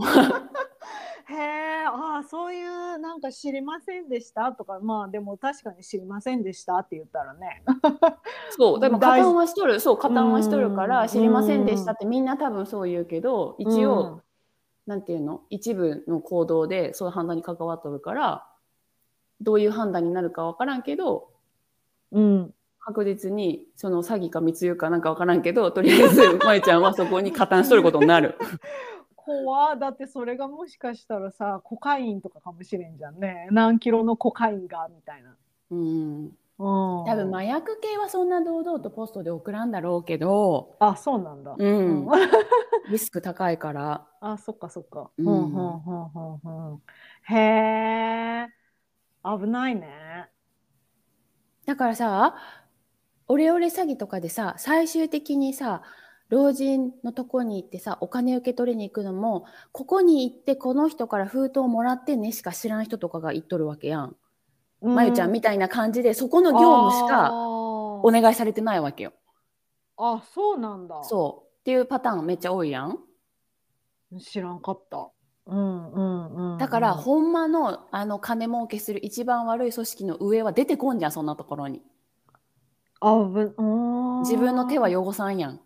[SPEAKER 3] へえあーそういうなんか知りませんでしたとかまあでも確かに知りませんでしたって言ったらね
[SPEAKER 1] そう、でも加
[SPEAKER 3] 大
[SPEAKER 1] 担はしとる、そう、加担はしとるか
[SPEAKER 3] う
[SPEAKER 1] ら、
[SPEAKER 3] ん
[SPEAKER 1] 知りませんでしたってみんな多分そう言うけど、一
[SPEAKER 3] う
[SPEAKER 1] 応
[SPEAKER 3] ん、
[SPEAKER 1] なんていうの一部の行動でそういう判断に関わっとるから、どういう判断になるかわからんけど、
[SPEAKER 3] うん
[SPEAKER 1] 確実にその詐欺か密輸かなんかわからんけどとりあえ ずまゆちゃんはそこに加担しとることになる
[SPEAKER 3] 怖だってそれがもしかしたらさコカインとかかもしれんじゃんね何キロのコカインがみたいな、
[SPEAKER 1] うん
[SPEAKER 3] 多
[SPEAKER 1] 多分麻薬系はそんな堂々とポストで送らんだろうけど、
[SPEAKER 3] あそうなんだ、
[SPEAKER 1] う、
[SPEAKER 3] うん
[SPEAKER 1] リスク高いから
[SPEAKER 3] あそっかそっか、
[SPEAKER 1] う
[SPEAKER 3] うんんうんうんうんうん、へえ危ないね
[SPEAKER 1] だからさオレオレ詐欺とかでさ最終的にさ老人のとこに行ってさお金受け取りに行くのもここに行ってこの人から封筒をもらってねしか知らん人とかが言っとるわけやん、まゆちゃんみたいな感じでそこの業務しか
[SPEAKER 3] あ
[SPEAKER 1] お
[SPEAKER 3] ー
[SPEAKER 1] 願いされてないわけよ
[SPEAKER 3] あそうなんだ
[SPEAKER 1] そうっていうパターンめっちゃ多いやん。
[SPEAKER 3] 知らんかったうんうんうん
[SPEAKER 1] だから、ほんまのあの金儲けする一番悪い組織の上は出てこんじゃんそんなところに
[SPEAKER 3] あぶうん
[SPEAKER 1] 自分の手は汚さんやん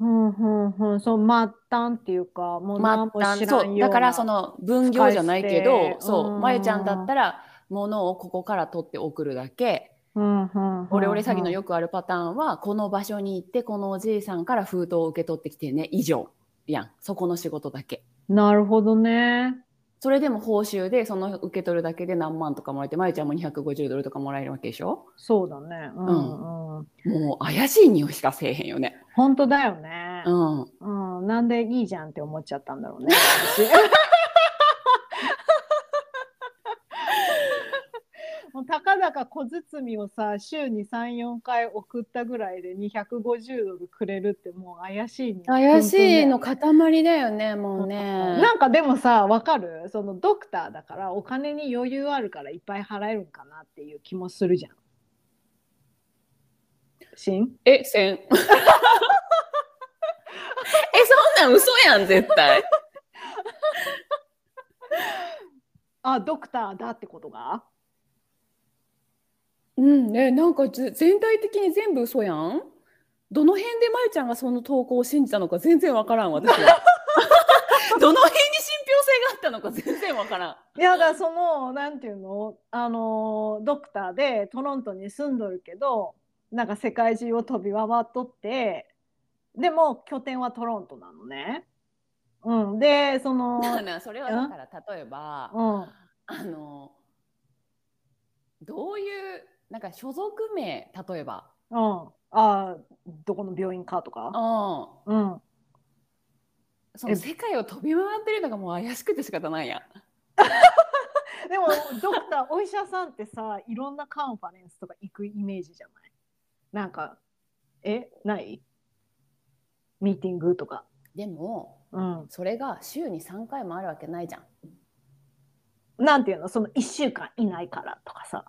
[SPEAKER 3] うんうんうんそう末端っていうかもう何も
[SPEAKER 1] 末端
[SPEAKER 3] 知らんような
[SPEAKER 1] そうだからその分業じゃないけ
[SPEAKER 3] 使い
[SPEAKER 1] ど
[SPEAKER 3] 捨て
[SPEAKER 1] そううんまゆちゃんだったら物をここから取って送るだけ
[SPEAKER 3] うんうんうん
[SPEAKER 1] オレオレ詐欺のよくあるパターンはこの場所に行ってこのおじいさんから封筒を受け取ってきてね以上やんそこの仕事だけ
[SPEAKER 3] なるほどね
[SPEAKER 1] それでも報酬でその受け取るだけで何万とかもらえてまゆちゃんも250ドルとかもらえるわけでしょ
[SPEAKER 3] そうだねうんうん
[SPEAKER 1] もう怪しい匂いしかせえへんよね。
[SPEAKER 3] 本当だよね
[SPEAKER 1] うん。
[SPEAKER 3] うん、なんでいいじゃんって思っちゃったんだろうね。私 もうたかだか小包みをさ週に34回送ったぐらいで250ドルくれるってもう怪しいね
[SPEAKER 5] 怪しいの塊だよね、もうね。
[SPEAKER 3] なんかでもさわかるそのドクターだからお金に余裕あるからいっぱい払えるんかなっていう気もするじゃん。しん
[SPEAKER 1] え、せん。 え、そんなん嘘やん、絶対。
[SPEAKER 3] あドクターだってことが
[SPEAKER 1] うん、え、なんかぜ全体的に全部嘘やん。どの辺でまゆちゃんがその投稿を信じたのか全然わからん、私は。 どの辺に信憑性があったのか全然わからん。
[SPEAKER 3] いやだからそのなんていうのあのドクターでトロントに住んどるけどなんか世界中を飛び回っとってでも拠点はトロントなのね。うん、でそ の、
[SPEAKER 1] だからそれはだから例えば、
[SPEAKER 3] うん、
[SPEAKER 1] あのどういうなんか所属名例えば、
[SPEAKER 3] うん、あーどこの病院かとか、
[SPEAKER 1] うん、
[SPEAKER 3] うん、
[SPEAKER 1] その世界を飛び回ってるのがもう怪しくて仕方ないやん。
[SPEAKER 3] でもドクターお医者さんってさいろんなカンファレンスとか行くイメージじゃないなんかえないミーティングとか、
[SPEAKER 1] でも
[SPEAKER 3] うん、
[SPEAKER 1] それが週に3回もあるわけないじゃん。
[SPEAKER 3] なんていうのその1週間いないからとかさ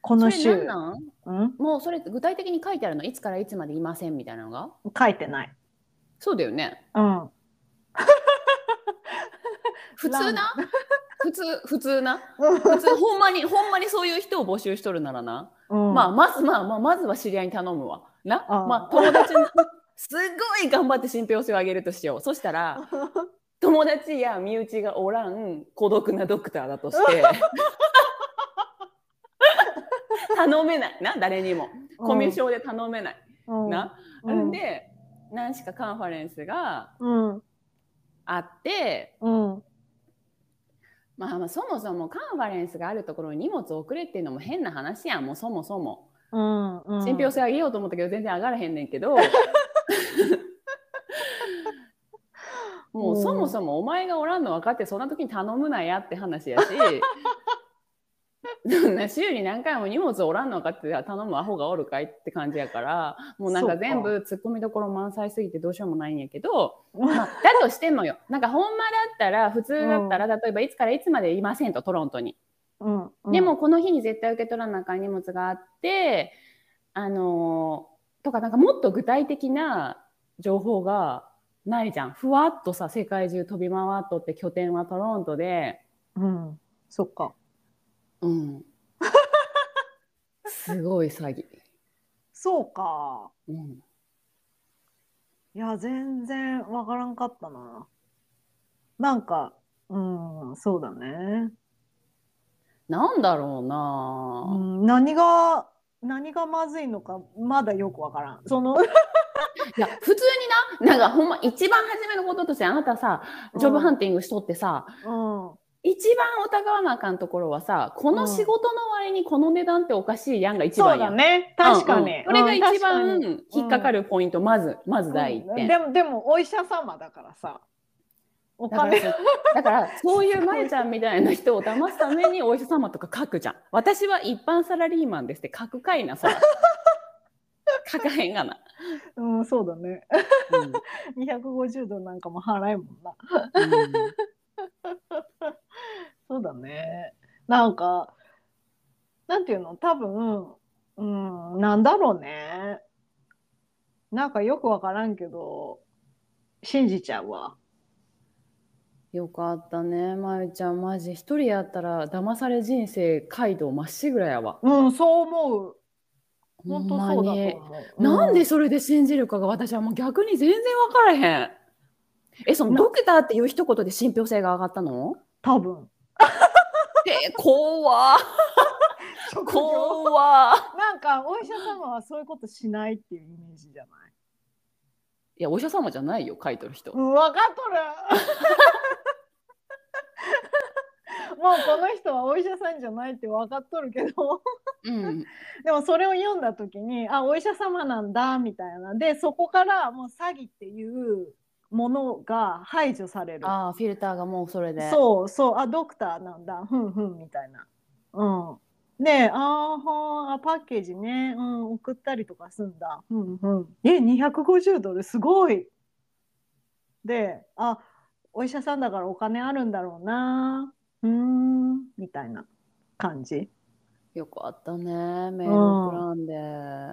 [SPEAKER 3] こ
[SPEAKER 1] そ
[SPEAKER 3] の週
[SPEAKER 1] れなんなん
[SPEAKER 3] うん、
[SPEAKER 1] もうそれ具体的に書いてあるのいつからいつまでいませんみたいなのが
[SPEAKER 3] 書いてない、
[SPEAKER 1] そうだよね。
[SPEAKER 3] うん、
[SPEAKER 1] 普通な普通普通 な
[SPEAKER 3] うん
[SPEAKER 1] 普通ほんまにほんまにそういう人を募集しとるならな。
[SPEAKER 3] うん
[SPEAKER 1] まあ、まず、まあ、まあ、まずは知り合いに頼むわ。な、
[SPEAKER 3] あー
[SPEAKER 1] まあ、友達に、 すごい頑張って信憑性を上げるとしよう。そした ら、友達や身内がおらん孤独なドクターだと して、頼めない。な、誰にも。コミュ障で頼めない。
[SPEAKER 3] うん
[SPEAKER 1] な。
[SPEAKER 3] うん
[SPEAKER 1] んで、何しかカンファレンスが
[SPEAKER 3] うん
[SPEAKER 1] あって、
[SPEAKER 3] うん
[SPEAKER 1] まあ、まあそもそもカンファレンスがあるところに荷物を送れっていうのも変な話やん、もうそもそも。
[SPEAKER 3] うんうん
[SPEAKER 1] 信憑性上げようと思ったけど全然上がらへんねんけ ども
[SPEAKER 3] う
[SPEAKER 1] うんそもそもお前がおらんの分かってそんな時に頼むなやって話やし そんな週に何回も荷物おらんの分かって頼むアホがおるかいって感じやからもうなん
[SPEAKER 3] そ
[SPEAKER 1] か
[SPEAKER 3] うか
[SPEAKER 1] 全部ツッコミどころ満載すぎてどうしようもないんやけ ど、まあ、だとしてもよなんかほんまだったら普通だったら例えばいつからいつまでいませんとトロントに。
[SPEAKER 3] うんうん
[SPEAKER 1] でもこの日に絶対受け取らなあかん荷物があって、あのーとかなんかもっと具体的な情報がないじゃん。ふわっとさ、世界中飛び回っとって拠点はトロントで、
[SPEAKER 3] うんそっか
[SPEAKER 1] うん。すごい詐欺。
[SPEAKER 3] そうか
[SPEAKER 1] うん。
[SPEAKER 3] いや、全然わからんかったな。なんか、うん、そうだね。
[SPEAKER 1] なんだろう
[SPEAKER 3] う
[SPEAKER 1] な、
[SPEAKER 3] ん、何が、何がまずいのか、まだよくわからん。その、
[SPEAKER 1] いや、普通にな、なんかほんま一番初めのこととしてあなたさ、ジョブハンティングしとってさ、
[SPEAKER 3] うん、うん、
[SPEAKER 1] 一番疑わなあかんところはさ、この仕事の割にこの値段っておかしいやんが一
[SPEAKER 3] そう
[SPEAKER 1] 番や
[SPEAKER 3] だ
[SPEAKER 1] ん。
[SPEAKER 3] ね。確かに。
[SPEAKER 1] うんうんそれが一
[SPEAKER 3] うん
[SPEAKER 1] 番引っかかるポイント、まず、まず第一
[SPEAKER 3] 確かに
[SPEAKER 1] 点。
[SPEAKER 3] でも、でも、お医者様だからさ。お
[SPEAKER 1] だか
[SPEAKER 3] 金、
[SPEAKER 1] らだから、 そういうまゆちゃんみたいな人を騙すためにお医者様とか書くじゃん。私は一般サラリーマンですって書くかいな、そ ら。書かへんがな。
[SPEAKER 3] うん、そうだね。
[SPEAKER 1] う ん
[SPEAKER 3] 250ドルなんかも払えんもんな。そうだね。なんか、なんていうの、多分、うん、なんだろうね。なんかよくわからんけど、信じちゃうわ。
[SPEAKER 1] よかったね、まゆちゃん。マジ、一人やったら騙され人生街道まっしぐらやわ。
[SPEAKER 3] うん、そう思う。本当そうだと
[SPEAKER 1] ほんまに
[SPEAKER 3] 思う。
[SPEAKER 1] なんで
[SPEAKER 3] し
[SPEAKER 1] それで信じるかが私はもう逆に全然分からへん。え、そのドクターっていう一言で信憑性が上がったの
[SPEAKER 3] 多分。
[SPEAKER 1] え、怖怖
[SPEAKER 3] なんか、お医者様はそういうことしないっていうイメージじゃない。
[SPEAKER 1] いや、お医者様じゃないよ、書いてる人
[SPEAKER 3] う。ん、わか っとるもうこの人はお医者さんじゃないって分かっとるけど
[SPEAKER 1] うん。
[SPEAKER 3] でもそれを読んだ時にあお医者様なんだみたいなでそこからもう詐欺っていうものが排除される
[SPEAKER 1] ああ、フィルターがもうそれで。
[SPEAKER 3] そうそうあドクターなんだふんふんみたいなうんねえ、あーはーあ、パッケージね、うん、送ったりとかすんだ。うんうん。え、250ドル、すごい。で、あ、お医者さんだからお金あるんだろうな。うーん、みたいな感じ。
[SPEAKER 1] よかったね、メール送らん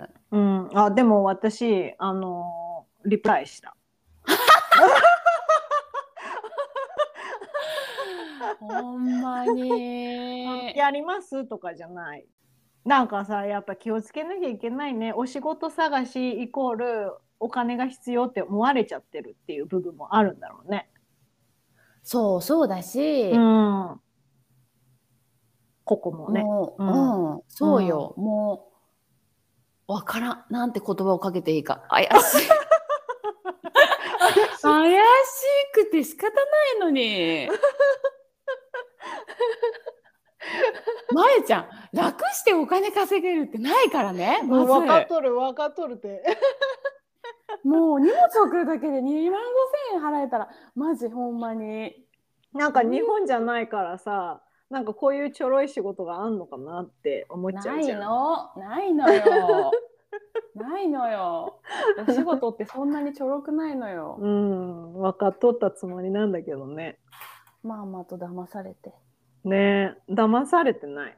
[SPEAKER 1] で。
[SPEAKER 3] うん、あ、でも私、あのーリプライした。
[SPEAKER 1] ほんま に。
[SPEAKER 3] やりますとかじゃない。なんかさ、やっぱ気をつけなきゃいけないね。お仕事探しイコールお金が必要って思われちゃってるっていう部分もあるんだろうね。
[SPEAKER 4] そうそうだし、
[SPEAKER 3] うん。ここもね。
[SPEAKER 1] もう、
[SPEAKER 3] う
[SPEAKER 1] うんん、そうよ、もう、わからん。なんて言葉をかけていい か。怪しい。怪しくて仕方ないの に。まえちゃん、楽してお金稼げるってないからね。まず
[SPEAKER 3] 分かっとる分かっとるって。
[SPEAKER 4] もう荷物送るだけで2万5千円払えたらマジほんまに
[SPEAKER 3] なんか日本じゃないからさ、なんかこういうちょろい仕事があんのかなって思っちゃ
[SPEAKER 4] な
[SPEAKER 3] う
[SPEAKER 4] い
[SPEAKER 3] じゃん。
[SPEAKER 4] のない のよないのよお仕事ってそんなにちょろくないのよ
[SPEAKER 3] うん、分かっとったつもりなんだけどね。
[SPEAKER 4] まあまあと騙されて
[SPEAKER 3] ねえ、騙されてない。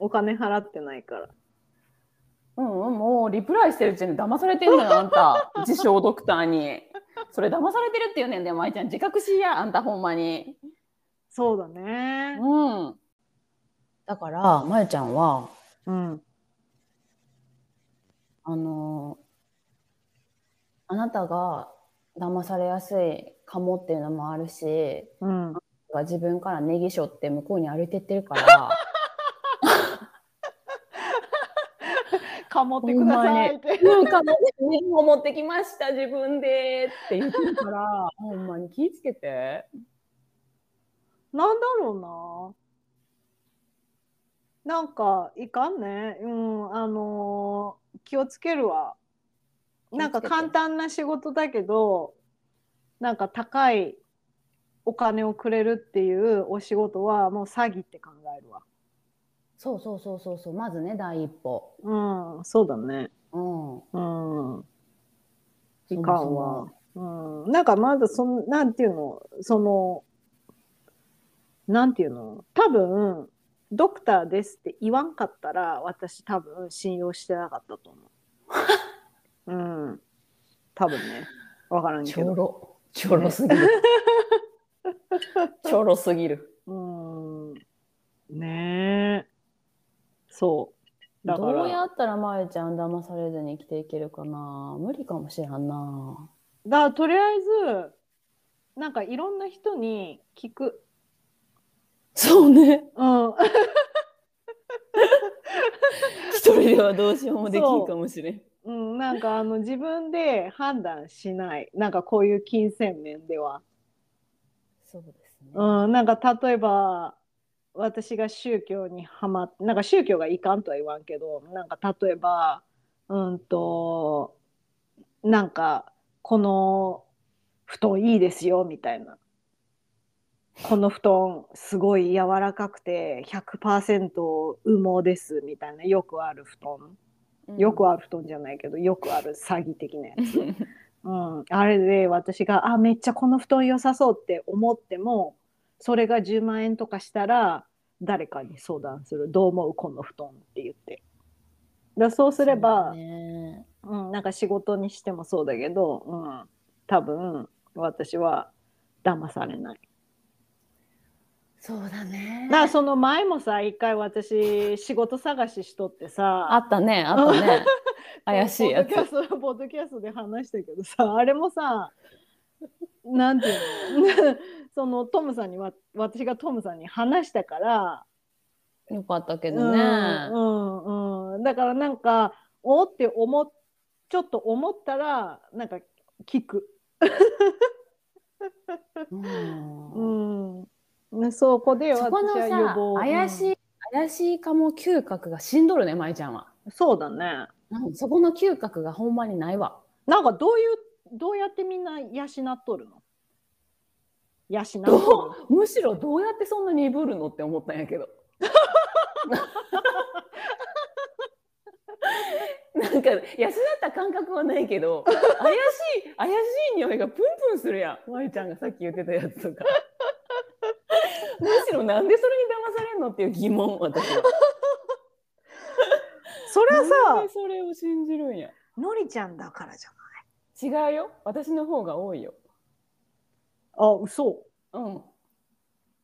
[SPEAKER 3] お金払ってないから。
[SPEAKER 4] うんうんもうリプライしてるうちに騙されてんのよあん た自称ドクターにそれ騙されてるっていうねんで舞ちゃん自覚しいやあんたほんまに
[SPEAKER 3] そうだね。
[SPEAKER 4] うんだからまゆちゃんは
[SPEAKER 3] うん。
[SPEAKER 4] あのあなたが騙されやすいかもっていうのもあるし
[SPEAKER 3] うん。
[SPEAKER 4] が自分からネギショって向こうに歩いてってる から、
[SPEAKER 3] かもってくださいって。
[SPEAKER 4] うん、かもネギを持ってきました、自分でって言ってるから、ほんまに気ぃつけて。
[SPEAKER 3] なんだろうな。なんか、いかんね。うん、あのー気をつけるわ。なんか
[SPEAKER 4] 気をつけて
[SPEAKER 3] 簡単な仕事だけど、なんか高いお金をくれるっていうお仕事はもう詐欺って考えるわ。
[SPEAKER 4] そうそうそうそうそう、まずね、第一歩。
[SPEAKER 3] うん、そうだね。
[SPEAKER 4] うん。
[SPEAKER 3] うん。
[SPEAKER 4] そ
[SPEAKER 3] い
[SPEAKER 4] も
[SPEAKER 3] か
[SPEAKER 4] そ
[SPEAKER 3] んわ
[SPEAKER 4] も。。
[SPEAKER 3] うん。なんかまだそん、なんていうの、その、なんていうの、多分、ドクターですって言わんかったら、私多分信用してなかったと思 う。うん。多分ね。わからんけ
[SPEAKER 4] ちょ
[SPEAKER 3] ど。
[SPEAKER 4] ろ。ちょろす ぎる。ちょろすぎる。
[SPEAKER 3] うん。ねえ。そう。だから。
[SPEAKER 4] どうやったらまゆちゃん騙されずに生きていけるかな無理かもしれんな。
[SPEAKER 3] だからとりあえず、なんかいろんな人に聞く。
[SPEAKER 4] そうね。
[SPEAKER 3] うん。
[SPEAKER 4] 一人ではどうしようもできんかもしれん。
[SPEAKER 3] うん、なんかあの自分で判断しない。なんかこういう金銭面では。
[SPEAKER 4] そうですね。
[SPEAKER 3] うん、なんか例えば、私が宗教にはまっなんか宗教がいかんとは言わんけど、なんか例えば、うんと、なんか、この布団いいですよ、みたいな。この布団すごい柔らかくて100%羽毛です、みたいな。よくある布団。よくある布団じゃないけど、よくある詐欺的なやつ。 うん、あれで私が、あ、めっちゃこの布団良さそうって思っても、それが10万円とかしたら、誰かに相談する。どう思うこの布団って言って。だからそうすれば、う
[SPEAKER 4] そうだね
[SPEAKER 3] ん、なんか仕事にしてもそうだけど、うん、多分、私は騙されない。
[SPEAKER 4] そうだね
[SPEAKER 3] だからその前もさ、一回私、仕事探ししとってさ、
[SPEAKER 4] あったね、あった ね。怪しいやつ
[SPEAKER 3] ポ。ッドキャストポッドキャストで話したけどさ あれもさなんていうの そのトムさんにわ私がトムさんに話したから、
[SPEAKER 4] よかったけ
[SPEAKER 3] う
[SPEAKER 4] ど
[SPEAKER 3] ん
[SPEAKER 4] ね。
[SPEAKER 3] うんうん、だからなんかおーって思っちょっと思ったらなんか聞く、う
[SPEAKER 4] うん
[SPEAKER 3] んね、そうこで
[SPEAKER 4] そ
[SPEAKER 3] 私
[SPEAKER 4] この
[SPEAKER 3] は予
[SPEAKER 4] さ
[SPEAKER 3] 防、
[SPEAKER 4] 怪しい、怪しいかも嗅覚がしんどるね、舞ちゃんは。
[SPEAKER 3] うんそうだね
[SPEAKER 4] うんそこの嗅覚がほんまにないわ。
[SPEAKER 3] なんかどういうどうやってみんな養っとるの養っとる
[SPEAKER 4] どうむしろどうやってそんな鈍るのって思ったんやけど。なんか、安だった感覚はないけど、怪しい、怪しい匂いがプンプンするやん。まゆちゃんがさっき言ってたやつとか。むしろなんでそれに騙されんのっていう疑問、私は。
[SPEAKER 3] それは
[SPEAKER 4] なん
[SPEAKER 3] さ
[SPEAKER 4] で、それを信じるんや。
[SPEAKER 6] のりちゃんだからじゃない
[SPEAKER 4] 違うよ。私の方が多いよ。
[SPEAKER 3] あ、嘘。
[SPEAKER 4] うん。
[SPEAKER 3] そう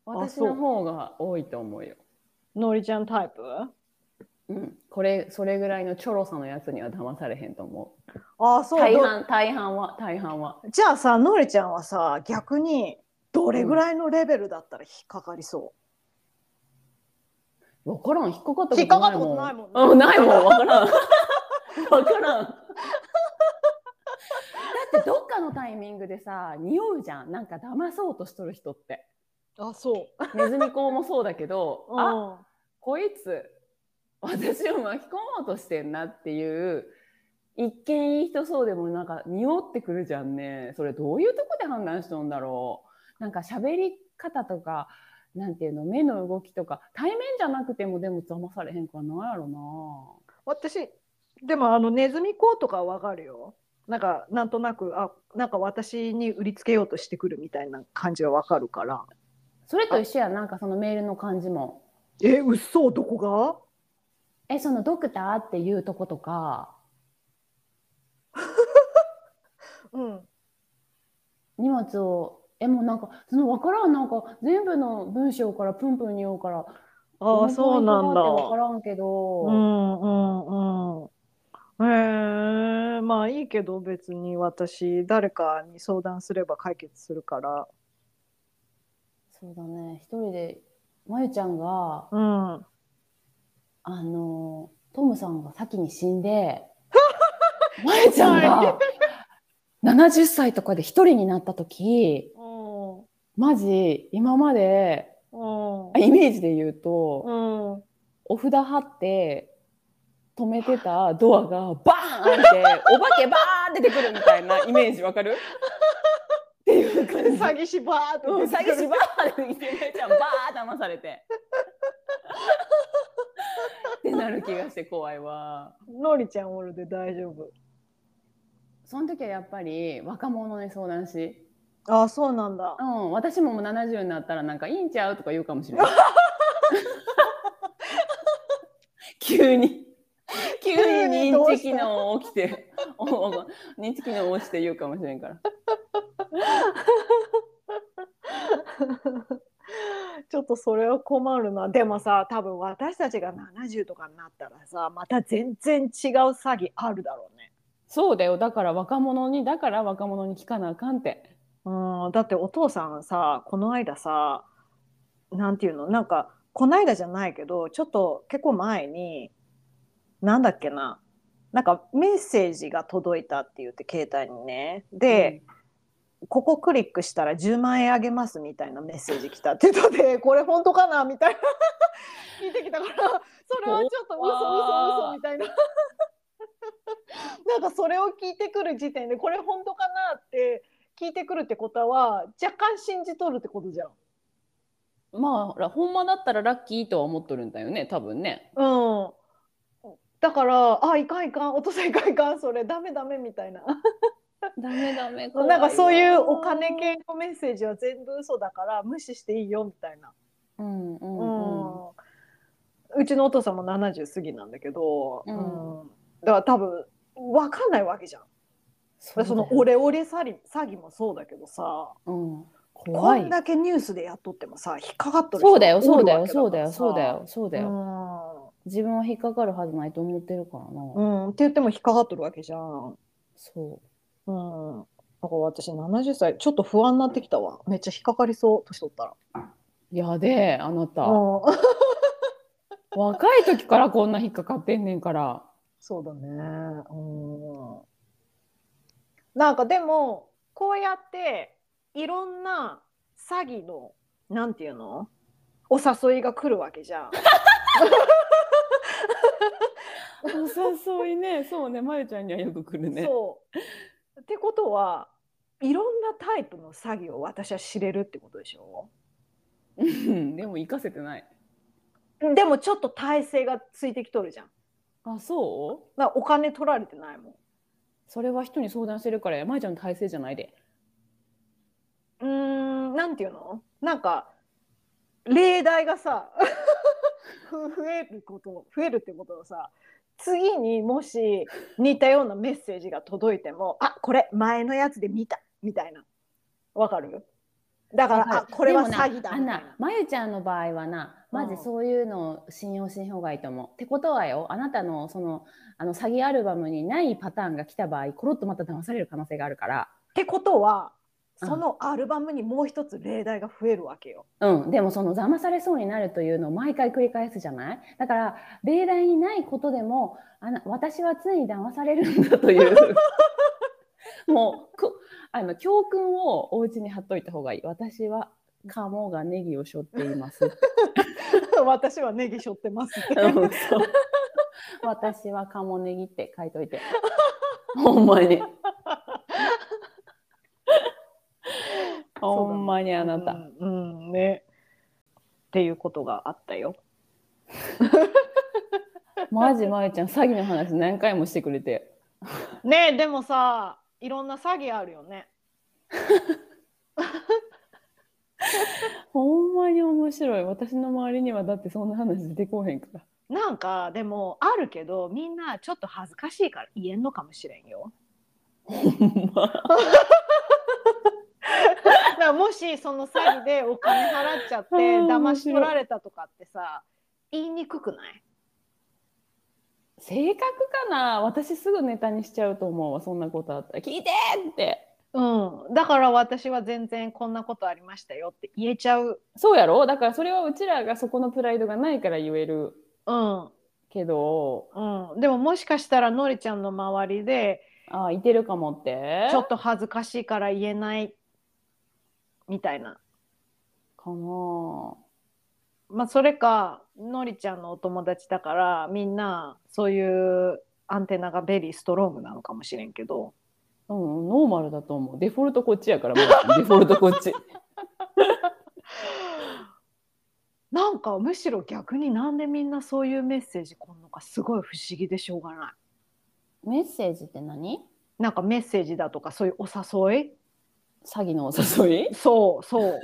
[SPEAKER 4] 私の方が多いと思うよ。
[SPEAKER 3] のりちゃんタイプ
[SPEAKER 4] うん。これ、それぐらいのチョロさのやつには騙されへんと思う。
[SPEAKER 3] あ、そう。
[SPEAKER 4] 大
[SPEAKER 3] ど
[SPEAKER 4] 半、大半は、大半は。
[SPEAKER 3] じゃあさ、のりちゃんはさ、逆に、どれぐらいのレベルだったら引っかかりそ
[SPEAKER 4] わからん。引っかかったことないもん。
[SPEAKER 3] 引っかかったことないもんね
[SPEAKER 4] うん、ないもん。わからん。わからん。だってどっかのタイミングでさ匂うじゃんなんか騙そうとしとる人って
[SPEAKER 3] う。あ、そう。
[SPEAKER 4] ネズミ講もそうだけど、
[SPEAKER 3] うん、
[SPEAKER 4] あこいつ私を巻き込もうとしてんなっていう一見いい人そうでもなんか匂ってくるじゃんねそれどういうとこで判断しとんだろうなんか喋り方とかなんていうの目の動きとか対面じゃなくてもでも騙されへんからなんやろ
[SPEAKER 3] 私、でもあの、ネズミ講とかはわかるよ。なんか、なんとなく、あ、なんか私に売りつけようとしてくるみたいな感じはわかるから。
[SPEAKER 4] なそれと一緒やなんかそのメールの感じも
[SPEAKER 3] え、嘘どこが
[SPEAKER 4] えそのドクターっていうとことか
[SPEAKER 3] うん。
[SPEAKER 4] 荷物をえもうなんかその分からんなんか全部の文章からプンプン匂うから
[SPEAKER 3] あ、そうなんだ。
[SPEAKER 4] 分からんけど、
[SPEAKER 3] うんうんうん。へえまあいいけど別に私誰かに相談すれば解決するから。
[SPEAKER 4] そうだね一人でまゆちゃんが
[SPEAKER 3] うん。
[SPEAKER 4] あのトムさんが先に死ん でまゆちゃんが70歳とかで一人になった時
[SPEAKER 3] うん。
[SPEAKER 4] マジ今まで
[SPEAKER 3] うん
[SPEAKER 4] あイメージで言うと、
[SPEAKER 3] うん。
[SPEAKER 4] お札貼って止めてたドアがバーン開いて お化けバーン出てくるみたいなイメージわかるっていう感
[SPEAKER 3] 詐
[SPEAKER 4] じ。
[SPEAKER 3] 欺師ばーっ
[SPEAKER 4] うん、詐
[SPEAKER 3] て
[SPEAKER 4] 欺師バーって言ってめちゃんバー騙されて。ってなる気がして怖いわ。
[SPEAKER 3] のりちゃんおるで大丈夫。
[SPEAKER 4] その時はやっぱり若者に相談し、
[SPEAKER 3] あそうなんだ
[SPEAKER 4] う。ん、私ももう70になったらなんかいいんちゃうとか言うかもしれない。 急に。急に認知機能起きて、 おお認知機能落ちて言うかもしれんから。
[SPEAKER 3] ちょっとそれは困るな。でもさ多分私たちが70とかになったらさまた全然違う詐欺あるだろうね。
[SPEAKER 4] そうだよ。だから若者に、だから若者に聞かなあかんって。
[SPEAKER 3] うん、だってお父さんさこの間さなんていうのなんかこの間じゃないけどちょっと結構前になんだっけななんかメッセージが届いたって言って携帯にねで、ここクリックしたら10万円あげますみたいなメッセージ来たって言 ったでこれ本当かなみたいな 聞いてきたからそれはちょっと嘘嘘嘘みたいな なんかそれを聞いてくる時点でこれ本当かなって聞いてくるってことは若干信じとるってことじゃん。
[SPEAKER 4] まあらほんまだったらラッキーとは思っとるんだよね多分ね
[SPEAKER 3] うん、だからあいかんいかんお父さんいかんいかんそれダメダメみたいな
[SPEAKER 4] ダメダメ
[SPEAKER 3] なんかそういうお金系のメッセージは全部嘘だから無視していいよみたいな、
[SPEAKER 4] うんう
[SPEAKER 3] うん
[SPEAKER 4] うん
[SPEAKER 3] うちのお父さんも70過ぎなんだけど、
[SPEAKER 4] うん
[SPEAKER 3] うんだから多分分かんないわけじゃん
[SPEAKER 4] そ
[SPEAKER 3] そ,、のオレオレ詐欺詐欺もそうだけどさ
[SPEAKER 4] うん
[SPEAKER 3] こ
[SPEAKER 4] 怖
[SPEAKER 3] ん
[SPEAKER 4] い
[SPEAKER 3] だけニュースでやっとってもさ引っかかっとる人
[SPEAKER 4] そうだよ
[SPEAKER 3] がお
[SPEAKER 4] そう
[SPEAKER 3] る
[SPEAKER 4] だ
[SPEAKER 3] わ
[SPEAKER 4] よ
[SPEAKER 3] け
[SPEAKER 4] そうだ
[SPEAKER 3] から
[SPEAKER 4] よ
[SPEAKER 3] さ
[SPEAKER 4] そうだよそうだよ、
[SPEAKER 3] よ。
[SPEAKER 4] 自分は引っかかるはずないと思ってるからな、
[SPEAKER 3] うん、って言っても引っかかっとるわけじゃん。
[SPEAKER 4] そ
[SPEAKER 3] うん。だから私70歳、ちょっと不安になってきたわ。めっちゃ引っかかりそう、年取ったら。
[SPEAKER 4] うやであなた、
[SPEAKER 3] うん、
[SPEAKER 4] 若い時からこんな引っかかってんねんから
[SPEAKER 3] そうだね。うん。なんかでも、こうやって、いろんな詐欺の、なんていうのお誘いが来るわけじゃん。
[SPEAKER 4] お誘いねそうねまゆちゃんにはよく来る
[SPEAKER 3] そう。ってことは、いろんなタイプの詐欺を私は知れるってことでしょ
[SPEAKER 4] うんでも行かせてない
[SPEAKER 3] でもちょっと体勢がついてきとるじゃん。
[SPEAKER 4] あ、そう
[SPEAKER 3] だからお金取られてないもん。
[SPEAKER 4] それは人に相談してるからや、まいちゃんの体勢じゃないで。
[SPEAKER 3] うーん、なんていうのなんか、例題がさ、 ふ増えること、増えるってことをさ、次にもし似たようなメッセージが届いても、あ、これ前のやつで見た、みたいな。わかるだから、
[SPEAKER 4] わ
[SPEAKER 3] あ
[SPEAKER 4] か、る
[SPEAKER 3] これは
[SPEAKER 4] でもな
[SPEAKER 3] 詐欺だ
[SPEAKER 4] あん
[SPEAKER 3] みたい
[SPEAKER 4] な、まゆちゃんの場合はな、まずそういうのを信用しん方がいいと思う。ってことはよ、あなたのその、あの、詐欺アルバムにないパターンが来た場合、コロッとまた騙される可能性があるから。
[SPEAKER 3] ってことは、
[SPEAKER 4] うん
[SPEAKER 3] そのアルバムにもう一つ例題が増えるわけよ。
[SPEAKER 4] うん、でもその騙されそうになるというのを毎回繰り返すじゃないだから例題にないことでもあの私は常に騙されるんだというもうこあの教訓をお家に貼っといた方がいい私は鴨がネギを背負っています
[SPEAKER 3] 私はネギ背負ってますって。
[SPEAKER 4] うんそう私は鴨ネギって書いといて ほんまに ほんまにあなた、
[SPEAKER 7] うん、うんね。っていうことがあったよ。
[SPEAKER 4] マジまゆちゃん詐欺の話何回もしてくれて。
[SPEAKER 3] ねえでもさいろんな詐欺あるよね。
[SPEAKER 4] ほんまに面白い。私の周りにはだってそんな話出てこへんから。
[SPEAKER 3] なんかでもあるけどみんなちょっと恥ずかしいから言えんのかもしれんよ。
[SPEAKER 4] ほんま。
[SPEAKER 3] だからもしその詐欺でお金払っちゃって
[SPEAKER 4] あー
[SPEAKER 3] 騙し取られたとかってさ言いにくくない
[SPEAKER 4] 性格かな私すぐネタにしちゃうと思うわ。そんなことあったら。聞いてって。
[SPEAKER 3] うん、だから私は全然こんなことありましたよって言えちゃう、
[SPEAKER 4] そうやろだからそれはうちらがそこのプライドがないから言える
[SPEAKER 3] うん
[SPEAKER 4] けど、
[SPEAKER 3] うん、でももしかしたらのりちゃんの周りで
[SPEAKER 4] ああ、いてるかもって。
[SPEAKER 3] ちょっと恥ずかしいから言えないみたいな
[SPEAKER 4] かな
[SPEAKER 3] まあ、それかのりちゃんのお友達だからみんなそういうアンテナがベリーストロングなのかもしれんけど
[SPEAKER 4] うん、ノーマルだと思う。デフォルトこっちやから、まあデフォルトこっち。
[SPEAKER 3] なんかむしろ逆になんでみんなそういうメッセージこんのかすごい不思議でしょうがない
[SPEAKER 4] メッセージって何
[SPEAKER 3] なんかメッセージだとかそういうお誘い
[SPEAKER 4] 詐欺のお誘い
[SPEAKER 3] そうそう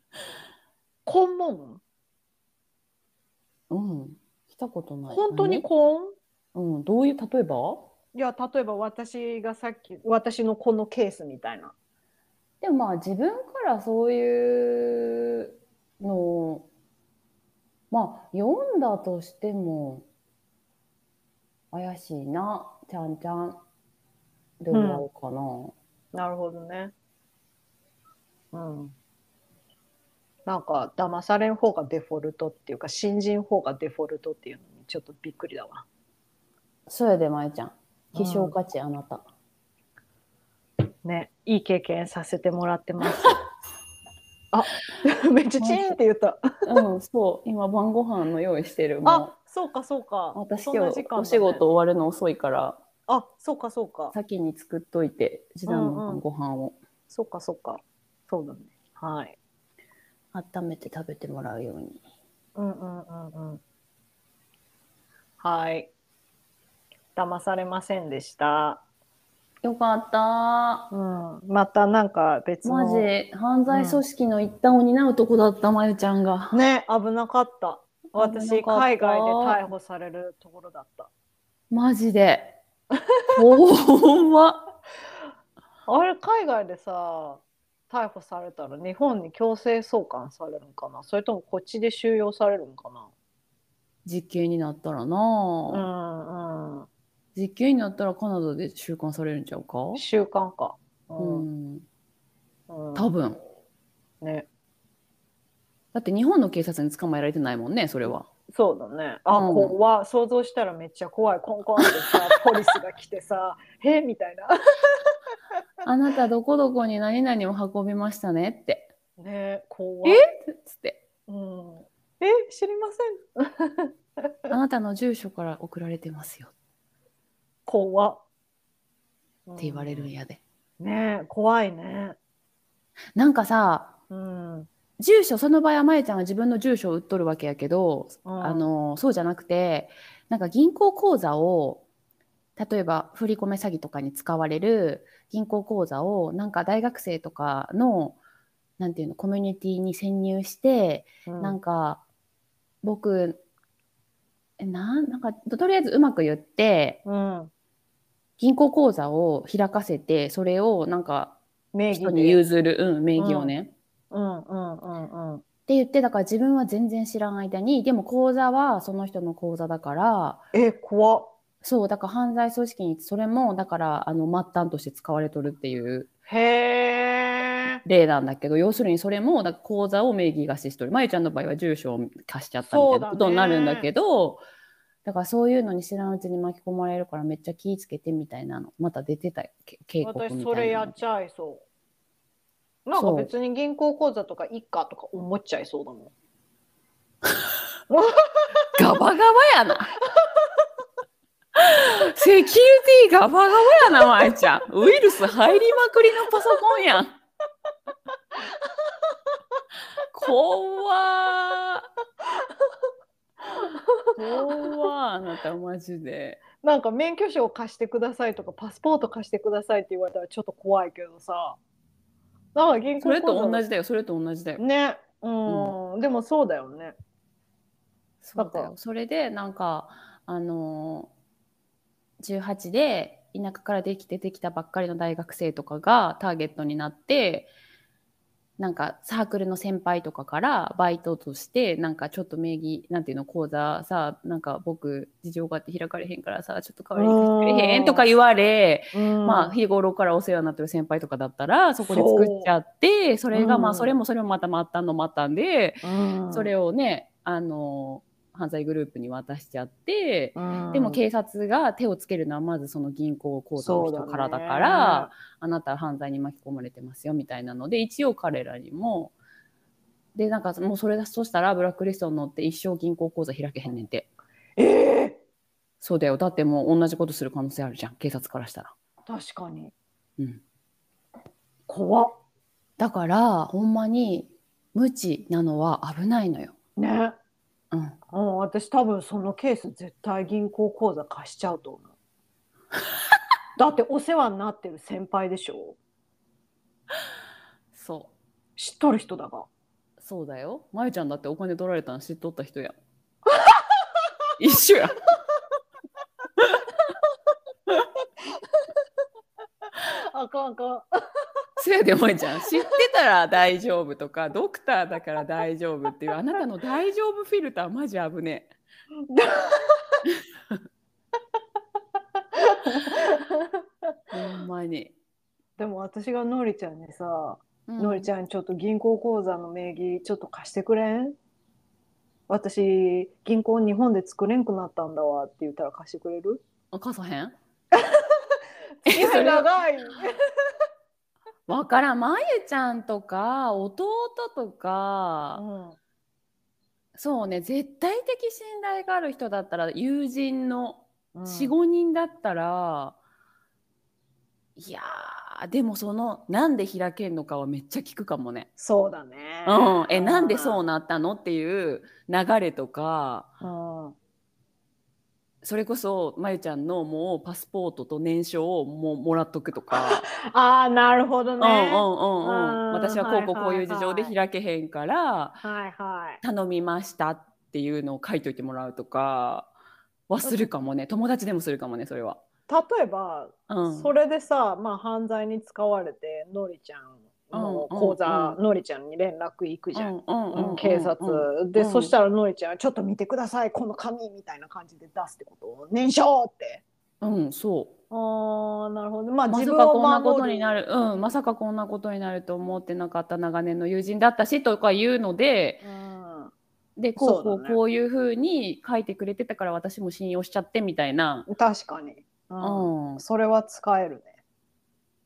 [SPEAKER 3] 婚問
[SPEAKER 4] うん。来たことない。
[SPEAKER 3] 本当に婚
[SPEAKER 4] 何うん。どういう、例えば
[SPEAKER 3] いや例えば私がさっき私のこのケースみたいな
[SPEAKER 4] でもまあ自分からそういうのをまあ読んだとしても怪しいなちゃんちゃんで終わるかな、
[SPEAKER 3] なるほどね。うん。なんか、騙されん方がデフォルトっていうか、信じん方がデフォルトっていうのにちょっとびっくりだわ。
[SPEAKER 4] それでまえちゃん
[SPEAKER 3] うん
[SPEAKER 4] 希少価値あなた、
[SPEAKER 3] ね、いい経験させてもらって ます。あ、 めっちゃチーンって言った。
[SPEAKER 4] うん、そう今晩ご飯の用意してるも
[SPEAKER 3] あ、そうかそうか。
[SPEAKER 4] う私
[SPEAKER 3] そんな
[SPEAKER 4] 今
[SPEAKER 3] 時
[SPEAKER 4] 日
[SPEAKER 3] 間だね
[SPEAKER 4] お仕事。終わるの遅いから
[SPEAKER 3] あ、そうかそうか。
[SPEAKER 4] 先に作っといて次男
[SPEAKER 3] う
[SPEAKER 4] の
[SPEAKER 3] んうん
[SPEAKER 4] 晩ご飯を
[SPEAKER 3] そうかそうか。そうだね。はい。
[SPEAKER 4] 温めて食べてもらうように、
[SPEAKER 3] うんうんうんうん。はい。騙されませんでした。
[SPEAKER 4] よかった
[SPEAKER 3] うん、またなんか別
[SPEAKER 4] マ
[SPEAKER 3] の
[SPEAKER 4] ジ犯罪組織の一端を担うとこだった、まゆちゃんが。
[SPEAKER 3] ね危なかった私
[SPEAKER 4] 危なかった
[SPEAKER 3] 海外で逮捕されるところだった
[SPEAKER 4] マジ で。ほんま。
[SPEAKER 3] あれ海外でさ逮捕されたら日本に強制送還されるのかなそれともこっちで収容されるのか
[SPEAKER 4] 実刑になったらな、
[SPEAKER 3] なう
[SPEAKER 4] ぁ
[SPEAKER 3] んう
[SPEAKER 4] 実刑になったらカナダで収監されるんちゃうか
[SPEAKER 3] ん習慣かう、
[SPEAKER 4] うんん。
[SPEAKER 3] うん、
[SPEAKER 4] 多分。
[SPEAKER 3] ね
[SPEAKER 4] だって日本の警察に捕まえられてないもんね、それは。
[SPEAKER 3] そうだねあ、
[SPEAKER 4] うん
[SPEAKER 3] 怖っ想像したらめっちゃ怖いコンコンって さポリスが来てさえみたいな
[SPEAKER 4] あなたどこどこに何々を運びましたねって。
[SPEAKER 3] ね怖い
[SPEAKER 4] つって。
[SPEAKER 3] うん、え知りません
[SPEAKER 4] あなたの住所から送られてますよ
[SPEAKER 3] 怖っっ
[SPEAKER 4] って言われるんやで。
[SPEAKER 3] ねえ怖いね
[SPEAKER 4] なんかさ、
[SPEAKER 3] うん
[SPEAKER 4] 住所、その場合はまゆちゃんは自分の住所を売っとるわけやけど、
[SPEAKER 3] うん
[SPEAKER 4] あの、そうじゃなくて、なんか銀行口座を、例えば振り込め詐欺とかに使われる銀行口座を、なんか大学生とかの、なんていうの、コミュニティに潜入して、
[SPEAKER 3] うん
[SPEAKER 4] なんか、僕、えなん、なんか、ととりあえずうまく言って、
[SPEAKER 3] うん、
[SPEAKER 4] 銀行口座を開かせて、それをなんか、
[SPEAKER 3] 名義
[SPEAKER 4] 人
[SPEAKER 3] で
[SPEAKER 4] に譲る、うん、名義をね。
[SPEAKER 3] うんうんうんうん
[SPEAKER 4] って言って、だから自分は全然知らん間に、でも口座はその人の口座だから、
[SPEAKER 3] え怖っ
[SPEAKER 4] そう、だから犯罪組織に、それも、だから、あの、末端として使われとるっていう
[SPEAKER 3] へえ
[SPEAKER 4] 例なんだけど、要するにそれも、だから口座を名義貸ししとる。まゆちゃんの場合は住所を貸しちゃったみたいなことになるんだけど、だからそういうのに知らんうちに巻き込まれるからめっちゃ気ぃつけてみたいなの。また出てたけ警告みたいなの。
[SPEAKER 3] 私それやっちゃいそうなんか
[SPEAKER 4] そう
[SPEAKER 3] 別に銀行口座とかいっかとか思っちゃいそうだも
[SPEAKER 4] ガバガバやな。セキュリティガバガバやな、まえちゃん。ウイルス入りまくりのパソコンやん。怖ー。怖ー、あなたマジで。
[SPEAKER 3] ん なんか免許証貸してくださいとかパスポート貸してくださいって言われたらちょっと怖いけどさなんか銀行
[SPEAKER 4] そ
[SPEAKER 3] 口
[SPEAKER 4] れ
[SPEAKER 3] 座
[SPEAKER 4] と同じだよ、それと同じだよ。
[SPEAKER 3] ねうん、でもそうだよね
[SPEAKER 4] そうだ
[SPEAKER 3] なん
[SPEAKER 4] よ。それで、なんか、あのー、18で田舎からできてできたばっかりの大学生とかがターゲットになって、なんかサークルの先輩とかからバイトとして、なんかちょっと名義、なんていうの、講座さ、なんか僕、事情があって開かれへんからさ、ちょっと代わりに貸してくれへ
[SPEAKER 3] うん
[SPEAKER 4] んとか言われ、
[SPEAKER 3] うん
[SPEAKER 4] まあ日頃からお世話になってる先輩とかだったら、そこで作っちゃって、それが
[SPEAKER 3] う
[SPEAKER 4] まあ
[SPEAKER 3] ん
[SPEAKER 4] それもそれもまたまたのまたんで、
[SPEAKER 3] うん
[SPEAKER 4] それをね、あの犯罪グループに渡しちゃって、
[SPEAKER 3] うん
[SPEAKER 4] でも警察が手をつけるのはまずその銀行口座の人からだか
[SPEAKER 3] そうだ
[SPEAKER 4] ら
[SPEAKER 3] ね
[SPEAKER 4] あなたは犯罪に巻き込まれてますよみたいなので一応彼らにもでなんかもうそれだとしたらブラックリストに乗って一生銀行口座開けへんねんて
[SPEAKER 3] ええ
[SPEAKER 4] そうだよだってもう同じことする可能性あるじゃん警察からしたら。
[SPEAKER 3] 確かに
[SPEAKER 4] うん、
[SPEAKER 3] 怖っ
[SPEAKER 4] だからほんまに無知なのは危ないのよ。
[SPEAKER 3] ね
[SPEAKER 4] うん
[SPEAKER 3] うん、私多分そのケース絶対銀行口座貸しちゃうと思 うだってお世話になってる先輩でしょ
[SPEAKER 4] そう
[SPEAKER 3] 知っとる人だが
[SPEAKER 4] そうだよ。まゆちゃんだってお金取られたの知っとった人や。 一緒や。
[SPEAKER 3] あかんあかん
[SPEAKER 4] せやでまゆちゃん。知ってたら大丈夫とか、ドクターだから大丈夫っていう、あなたの大丈夫フィルター、マジ危ねえ。ほんまに。
[SPEAKER 3] でも私がのりちゃんにさ「のりち
[SPEAKER 4] ゃん。
[SPEAKER 3] ゃんちょっと銀行口座の名義ちょっと貸してくれん私銀行日本で作れんくなったんだわ」って言ったら貸してくれる
[SPEAKER 4] あ貸さへん
[SPEAKER 3] いや
[SPEAKER 4] それ
[SPEAKER 3] 長い
[SPEAKER 4] わからん。まゆちゃんとか、弟とか、
[SPEAKER 3] うん
[SPEAKER 4] そうね、絶対的信頼がある人だったら、友人の
[SPEAKER 3] うん
[SPEAKER 4] 45人だったらいやーでもそのなんで開けんのかはめっちゃ聞くかもね。
[SPEAKER 3] そうだね
[SPEAKER 4] うん、えなんでそうなったのっていう流れとか
[SPEAKER 3] うん、
[SPEAKER 4] それこそまゆちゃんのもうパスポートと年証をもうもらっとくと か、
[SPEAKER 3] ああなるほど
[SPEAKER 4] う
[SPEAKER 3] ね、
[SPEAKER 4] んうんうんうん
[SPEAKER 3] うん
[SPEAKER 4] 私はこうこうこういう事情で
[SPEAKER 3] はい
[SPEAKER 4] 開けへんから、
[SPEAKER 3] はいはい
[SPEAKER 4] 頼みましたっていうのを書いといてもらうとかはするかもね友達でもするかもねそれは。
[SPEAKER 3] 例えば、
[SPEAKER 4] うん、
[SPEAKER 3] それでさ、まあ、犯罪に使われてのりちゃんの口座、
[SPEAKER 4] うんうんうん
[SPEAKER 3] のりちゃんに連絡行くじゃん、
[SPEAKER 4] うんうんうんうんうん
[SPEAKER 3] 警察、で、
[SPEAKER 4] うん
[SPEAKER 3] そしたらのりちゃんは「ちょっと見てくださいこの紙」みたいな感じで出すってことを「年証」って。
[SPEAKER 4] うん、そう。
[SPEAKER 3] ああなるほどまあ
[SPEAKER 4] ま
[SPEAKER 3] 自分
[SPEAKER 4] さか
[SPEAKER 3] を
[SPEAKER 4] こんなこ
[SPEAKER 3] 守
[SPEAKER 4] と
[SPEAKER 3] る
[SPEAKER 4] になる、うん、まさかこんなことになると思ってなかった長年の友人だったしとか言うので、
[SPEAKER 3] うん
[SPEAKER 4] で、こう
[SPEAKER 3] そ
[SPEAKER 4] こ
[SPEAKER 3] うだ
[SPEAKER 4] う
[SPEAKER 3] ね
[SPEAKER 4] こういうふうに書いてくれてたから私も信用しちゃってみたいな。
[SPEAKER 3] 確かに、う
[SPEAKER 4] うんん。
[SPEAKER 3] それは使えるね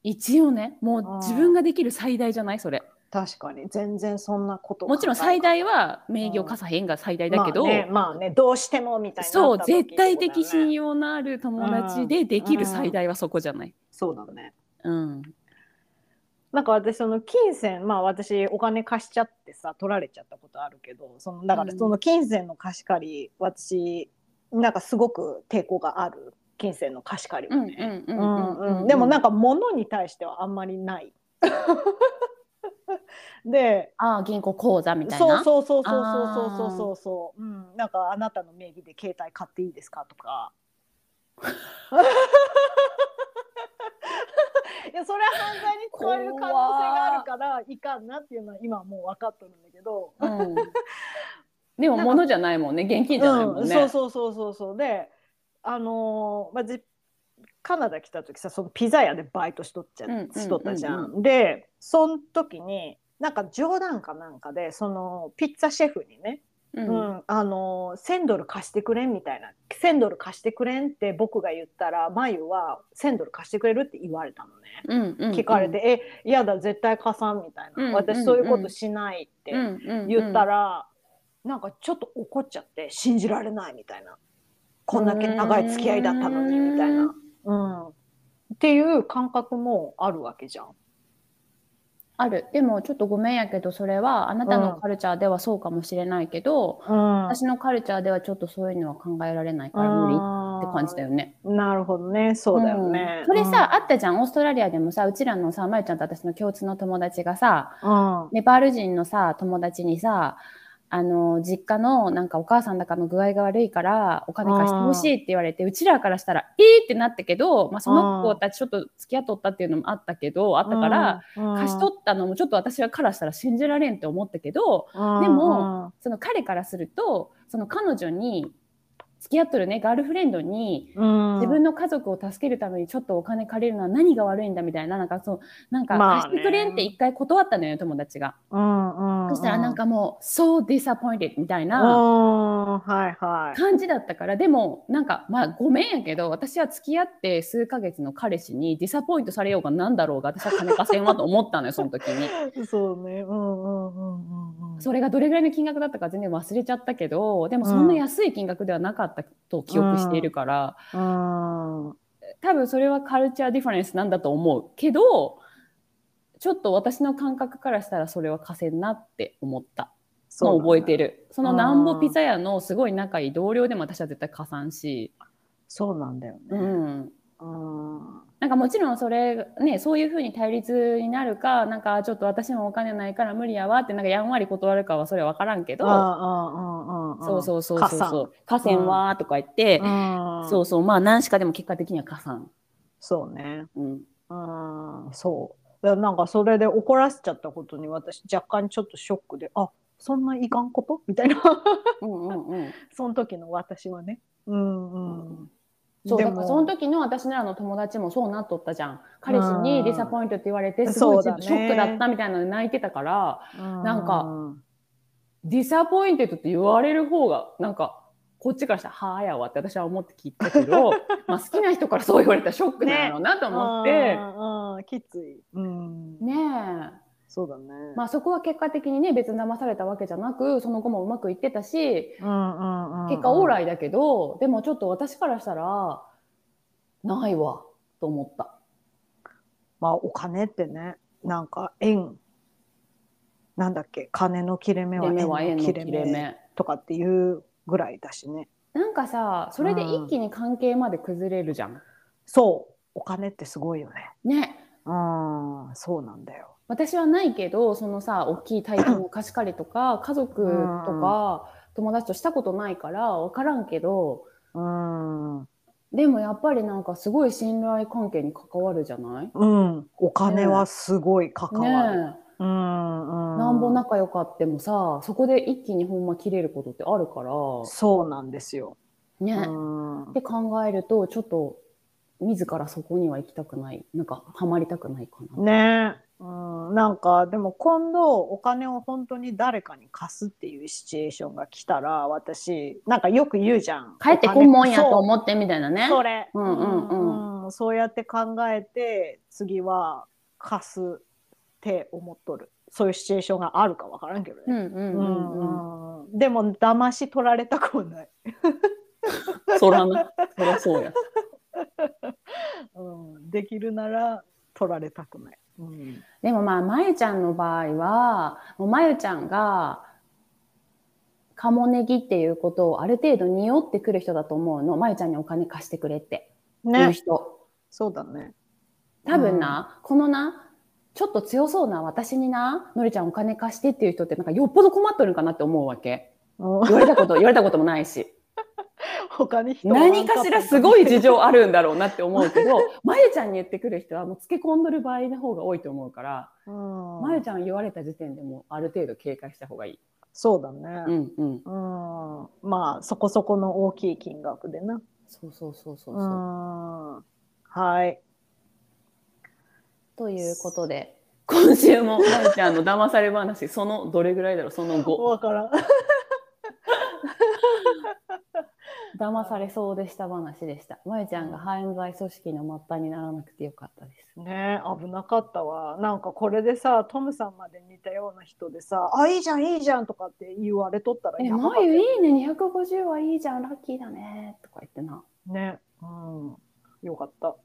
[SPEAKER 4] 一応ね、も
[SPEAKER 3] うん
[SPEAKER 4] う自分ができる最大じゃないそれ。
[SPEAKER 3] 確かに全然そんなこと
[SPEAKER 4] もちろん最大は名義を貸さへんが最大だけど、
[SPEAKER 3] まあね,、まあねどうしてもみたいにな
[SPEAKER 4] そう、
[SPEAKER 3] った時ってことだ
[SPEAKER 4] 絶対
[SPEAKER 3] よね
[SPEAKER 4] 的信用のある友達でできる最大はそこじゃない。
[SPEAKER 3] そうだね
[SPEAKER 4] うん。
[SPEAKER 3] なんか私その金銭まあ私お金貸しちゃってさ取られちゃったことあるけどそのだから
[SPEAKER 4] うん
[SPEAKER 3] その金銭の貸し借り私なんかすごく抵抗がある金銭の貸し借りはね。
[SPEAKER 4] う
[SPEAKER 3] うんうんでもなん
[SPEAKER 4] か、
[SPEAKER 3] か物に対してはあんまり ない。で
[SPEAKER 4] ああ、銀行口座みたい
[SPEAKER 3] そう
[SPEAKER 4] な。
[SPEAKER 3] そうそうそうそうそうそうそうそう、うん、なんかあなたの名義で携帯買っていいですかとかいやそれは犯罪に使われる可能性があるからいかんなっていうのは今はもう分かっとるんだけど、
[SPEAKER 4] うんでも物じゃないもんね、現金じゃないも
[SPEAKER 3] うんん
[SPEAKER 4] ね。
[SPEAKER 3] そうそうそうそうそうであのーまあ、じカナダ来た時さそのピザ屋でバイトしとっちゃ、
[SPEAKER 4] うんうんうんうん
[SPEAKER 3] しとったじゃん。でその時になんか冗談かなんかでそのピッツァシェフにね
[SPEAKER 4] うん
[SPEAKER 3] うん、あの1000ドル貸してくれんみたいな1000ドル貸してくれんって僕が言ったらまゆは1000ドル貸してくれるって言われたのね、
[SPEAKER 4] うんうん
[SPEAKER 3] 聞かれて「え嫌だ絶対貸さん」みたいな、
[SPEAKER 4] うん
[SPEAKER 3] 私そういうことしないって
[SPEAKER 4] うんうんうん
[SPEAKER 3] 言ったら、なんかちょっと怒っちゃって信じられないみたいなこんだけ長い付き合いだったのにみたいな、うん、っていう感覚もあるわけじゃん。
[SPEAKER 4] ある。でもちょっとごめんやけど、それはあなたのカルチャーではそうかもしれないけど、
[SPEAKER 3] うん
[SPEAKER 4] 私のカルチャーではちょっとそういうのは考えられないから無理って感じだよね。
[SPEAKER 3] なるほどねそうだよね。
[SPEAKER 4] んそれさ、あったじゃん、オーストラリアでもさ、うちらのさ、まゆちゃんと私の共通の友達がさ、
[SPEAKER 3] うん、
[SPEAKER 4] ネパール人のさ、友達にさ、あの、実家のなんかお母さんだかの具合が悪いから、お金貸してほしいって言われて、うちらからしたら、えーってなったけど、まあその子たちちょっと付き合っとったっていうのもあったけど、あったから、
[SPEAKER 3] うん、
[SPEAKER 4] 貸し取ったのもちょっと私はからしたら信じられんって思ったけど、
[SPEAKER 3] うん
[SPEAKER 4] でも、その彼からすると、その彼女に、付き合っとるね、ガールフレンドに、
[SPEAKER 3] うん
[SPEAKER 4] 自分の家族を助けるためにちょっとお金借りるのは何が悪いんだみたいな、なんかそう、なんか
[SPEAKER 3] まあね
[SPEAKER 4] 貸してくれんって一回断ったのよ、友達が。
[SPEAKER 3] うんうん、
[SPEAKER 4] そしたらなんかもう、so disappointed みたい
[SPEAKER 3] うん、
[SPEAKER 4] な
[SPEAKER 3] はいはい。
[SPEAKER 4] 感じだったから、でもなんか、まあごめんやけど、私は付き合って数ヶ月の彼氏にディサポイントされようがなんだろうが、私は金貸せんわと思った のよ、その時に。
[SPEAKER 3] そうね。うんうんうんうんうん。
[SPEAKER 4] それがどれぐらいの金額だったか全然忘れちゃったけど、でもそんな安い金額ではなかったと記憶しているから、
[SPEAKER 3] うん。
[SPEAKER 4] 多分それはカルチャーディファレンスなんだと思うけどちょっと私の感覚からしたらそれは貸せんなって思ったのを覚えて
[SPEAKER 3] る。
[SPEAKER 4] るその南ボピザ屋のすごい仲いい同僚でも私は絶対貸さんし、
[SPEAKER 3] そうなんだよ
[SPEAKER 4] う
[SPEAKER 3] ね。
[SPEAKER 4] ん、
[SPEAKER 3] うん。
[SPEAKER 4] なんかもちろんそれねそういうふうに対立になるかなんかちょっと私もお金ないから無理やわってなんかやんわり断るかはそれは分からんけ
[SPEAKER 3] う
[SPEAKER 4] ど
[SPEAKER 3] んうんうんうん。
[SPEAKER 4] そうそうそうそう
[SPEAKER 3] 加
[SPEAKER 4] そ
[SPEAKER 3] 算
[SPEAKER 4] う貸せんわーとか言って、
[SPEAKER 3] うん。
[SPEAKER 4] そうそうまあ何しかでも結果的には貸さん、
[SPEAKER 3] そうね。
[SPEAKER 4] うん、
[SPEAKER 3] うん。そう。だからなんかそれで怒らせちゃったことに私若干ちょっとショックで、あそんないかんことみたいな。
[SPEAKER 4] うんうんうん
[SPEAKER 3] その時の私はね。うんうん。
[SPEAKER 4] そう
[SPEAKER 3] で
[SPEAKER 4] だ
[SPEAKER 3] も
[SPEAKER 4] からその時の私らの友達もそうなっとったじゃん彼氏にディサポイントって言われてすごいちょっとシ
[SPEAKER 3] そうだね
[SPEAKER 4] ョックだったみたいなので泣いてたから、
[SPEAKER 3] なん
[SPEAKER 4] かディサポインテッドって言われる方がなんかこっちからしたら「はあやわ」って私は思って聞いたけどまあ好きな人からそう言われたらショックなんやろうなと思って
[SPEAKER 3] う。んうんきつい。うん。
[SPEAKER 4] ねえ
[SPEAKER 3] そうだね。
[SPEAKER 4] まあ、そこは結果的にね別に騙されたわけじゃなくその後もうまくいってたし
[SPEAKER 3] うんうんうん。
[SPEAKER 4] 結果オーライだけど、でもちょっと私からしたらないわと思った。
[SPEAKER 3] まあ、お金ってね、なんか円。なんだっけ、金の切れ目は
[SPEAKER 4] で目は縁
[SPEAKER 3] 円
[SPEAKER 4] の
[SPEAKER 3] の
[SPEAKER 4] 切
[SPEAKER 3] 切
[SPEAKER 4] れ
[SPEAKER 3] れ
[SPEAKER 4] 目
[SPEAKER 3] 目。とかっていうぐらいだしね。
[SPEAKER 4] なんかさ、それで一気に関係まで崩れるじゃん。
[SPEAKER 3] そう、お金ってすごいよね。
[SPEAKER 4] ね。
[SPEAKER 3] うん、そうなんだよ。
[SPEAKER 4] 私はないけど、そのさ、大きい大金の貸し借りとか、家族とか、友達としたことないから、わからんけど、
[SPEAKER 3] うん、う
[SPEAKER 4] でもやっぱりなんかすごい信頼関係に関わるじゃない
[SPEAKER 3] ん、お金はすごい関
[SPEAKER 4] ね
[SPEAKER 3] わる。
[SPEAKER 4] え。
[SPEAKER 3] うん、うん、
[SPEAKER 4] なんぼ仲良かってもさ、そこで一気にほんま切れることってあるから、
[SPEAKER 3] そうなんですよ。う
[SPEAKER 4] ね。
[SPEAKER 3] ん、
[SPEAKER 4] って考えると、ちょっと、自らそこには行きたくない。なんか、ハマりたくないかな。
[SPEAKER 3] ねうん、なんかでも今度お金を本当に誰かに貸すっていうシチュエーションが来たら私なんかよく言うじゃん
[SPEAKER 4] 帰ってこんもんやと
[SPEAKER 3] っ
[SPEAKER 4] 思ってみたいなね。
[SPEAKER 3] それ、
[SPEAKER 4] うんうんうん
[SPEAKER 3] うんそうやって考えて次は貸すって思っとるそういうシチュエーションがあるか分からんけど
[SPEAKER 4] う
[SPEAKER 3] ね、
[SPEAKER 4] んう
[SPEAKER 3] う
[SPEAKER 4] んうんうん
[SPEAKER 3] うんでも騙し取られたくはない、
[SPEAKER 4] ん。そらな。そ らそうや。
[SPEAKER 3] うん、できるなら取られたくないうん
[SPEAKER 4] でもまあ、まゆちゃんの場合は、もうまゆちゃんが、カモネギっていうことをある程度匂ってくる人だと思うの。まゆちゃんにお金貸してくれっていう
[SPEAKER 3] ね、
[SPEAKER 4] 人。
[SPEAKER 3] そうだね。
[SPEAKER 4] 多分な、このな、ちょっと強そうな私にな、のりちゃんお金貸してっていう人ってなんかよっぽど困っとるんかなって思うわけ。
[SPEAKER 3] うん
[SPEAKER 4] 言われた こと、言われたこともないし。
[SPEAKER 2] 他に人
[SPEAKER 4] 何かしらす
[SPEAKER 2] い
[SPEAKER 4] ごい事情あるんだろうなって思うけ ど、まゆちゃんに言ってくる人はもう付け込んどる場合の方が多いと思うから、
[SPEAKER 3] うん
[SPEAKER 4] まゆちゃん言われた時点でもうある程度警戒した方がいい。
[SPEAKER 3] そうだね。
[SPEAKER 4] んうん。
[SPEAKER 3] うん、まあ、そこそこの大きい金額でな。
[SPEAKER 4] そうそうそうそうう。
[SPEAKER 3] ん。はい。
[SPEAKER 4] ということで、今週もまゆちゃんの騙され話、そのどれぐらいだろう、その後。
[SPEAKER 3] わからん。
[SPEAKER 4] 騙されそうでした話でした。まゆちゃんが犯罪組織の末端にならなくてよかったです。
[SPEAKER 3] ねえ危なかったわなんかこれでさトムさんまで似たような人でさ「あいいじゃんいいじゃん」とかって言われとったら
[SPEAKER 4] え、
[SPEAKER 3] やばかった
[SPEAKER 4] ま
[SPEAKER 3] よ
[SPEAKER 4] ゆいいね、250はいいじゃん、ラッキーだね、とか言ってな。
[SPEAKER 3] ねうんよかった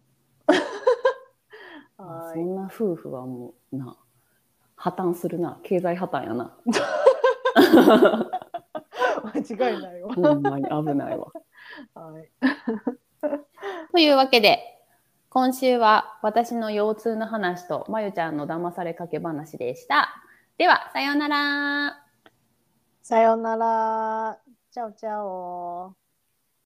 [SPEAKER 3] は
[SPEAKER 4] そ
[SPEAKER 3] い
[SPEAKER 4] んな夫婦はもうな、破綻するな、経済破綻やな。
[SPEAKER 3] 間違いないわ、
[SPEAKER 4] ほんまに危ないわ。
[SPEAKER 3] はい、
[SPEAKER 4] というわけで、今週は私の腰痛の話と、まゆちゃんの騙されかけ話でした。では、さようなら。
[SPEAKER 3] さようならチャオチャオ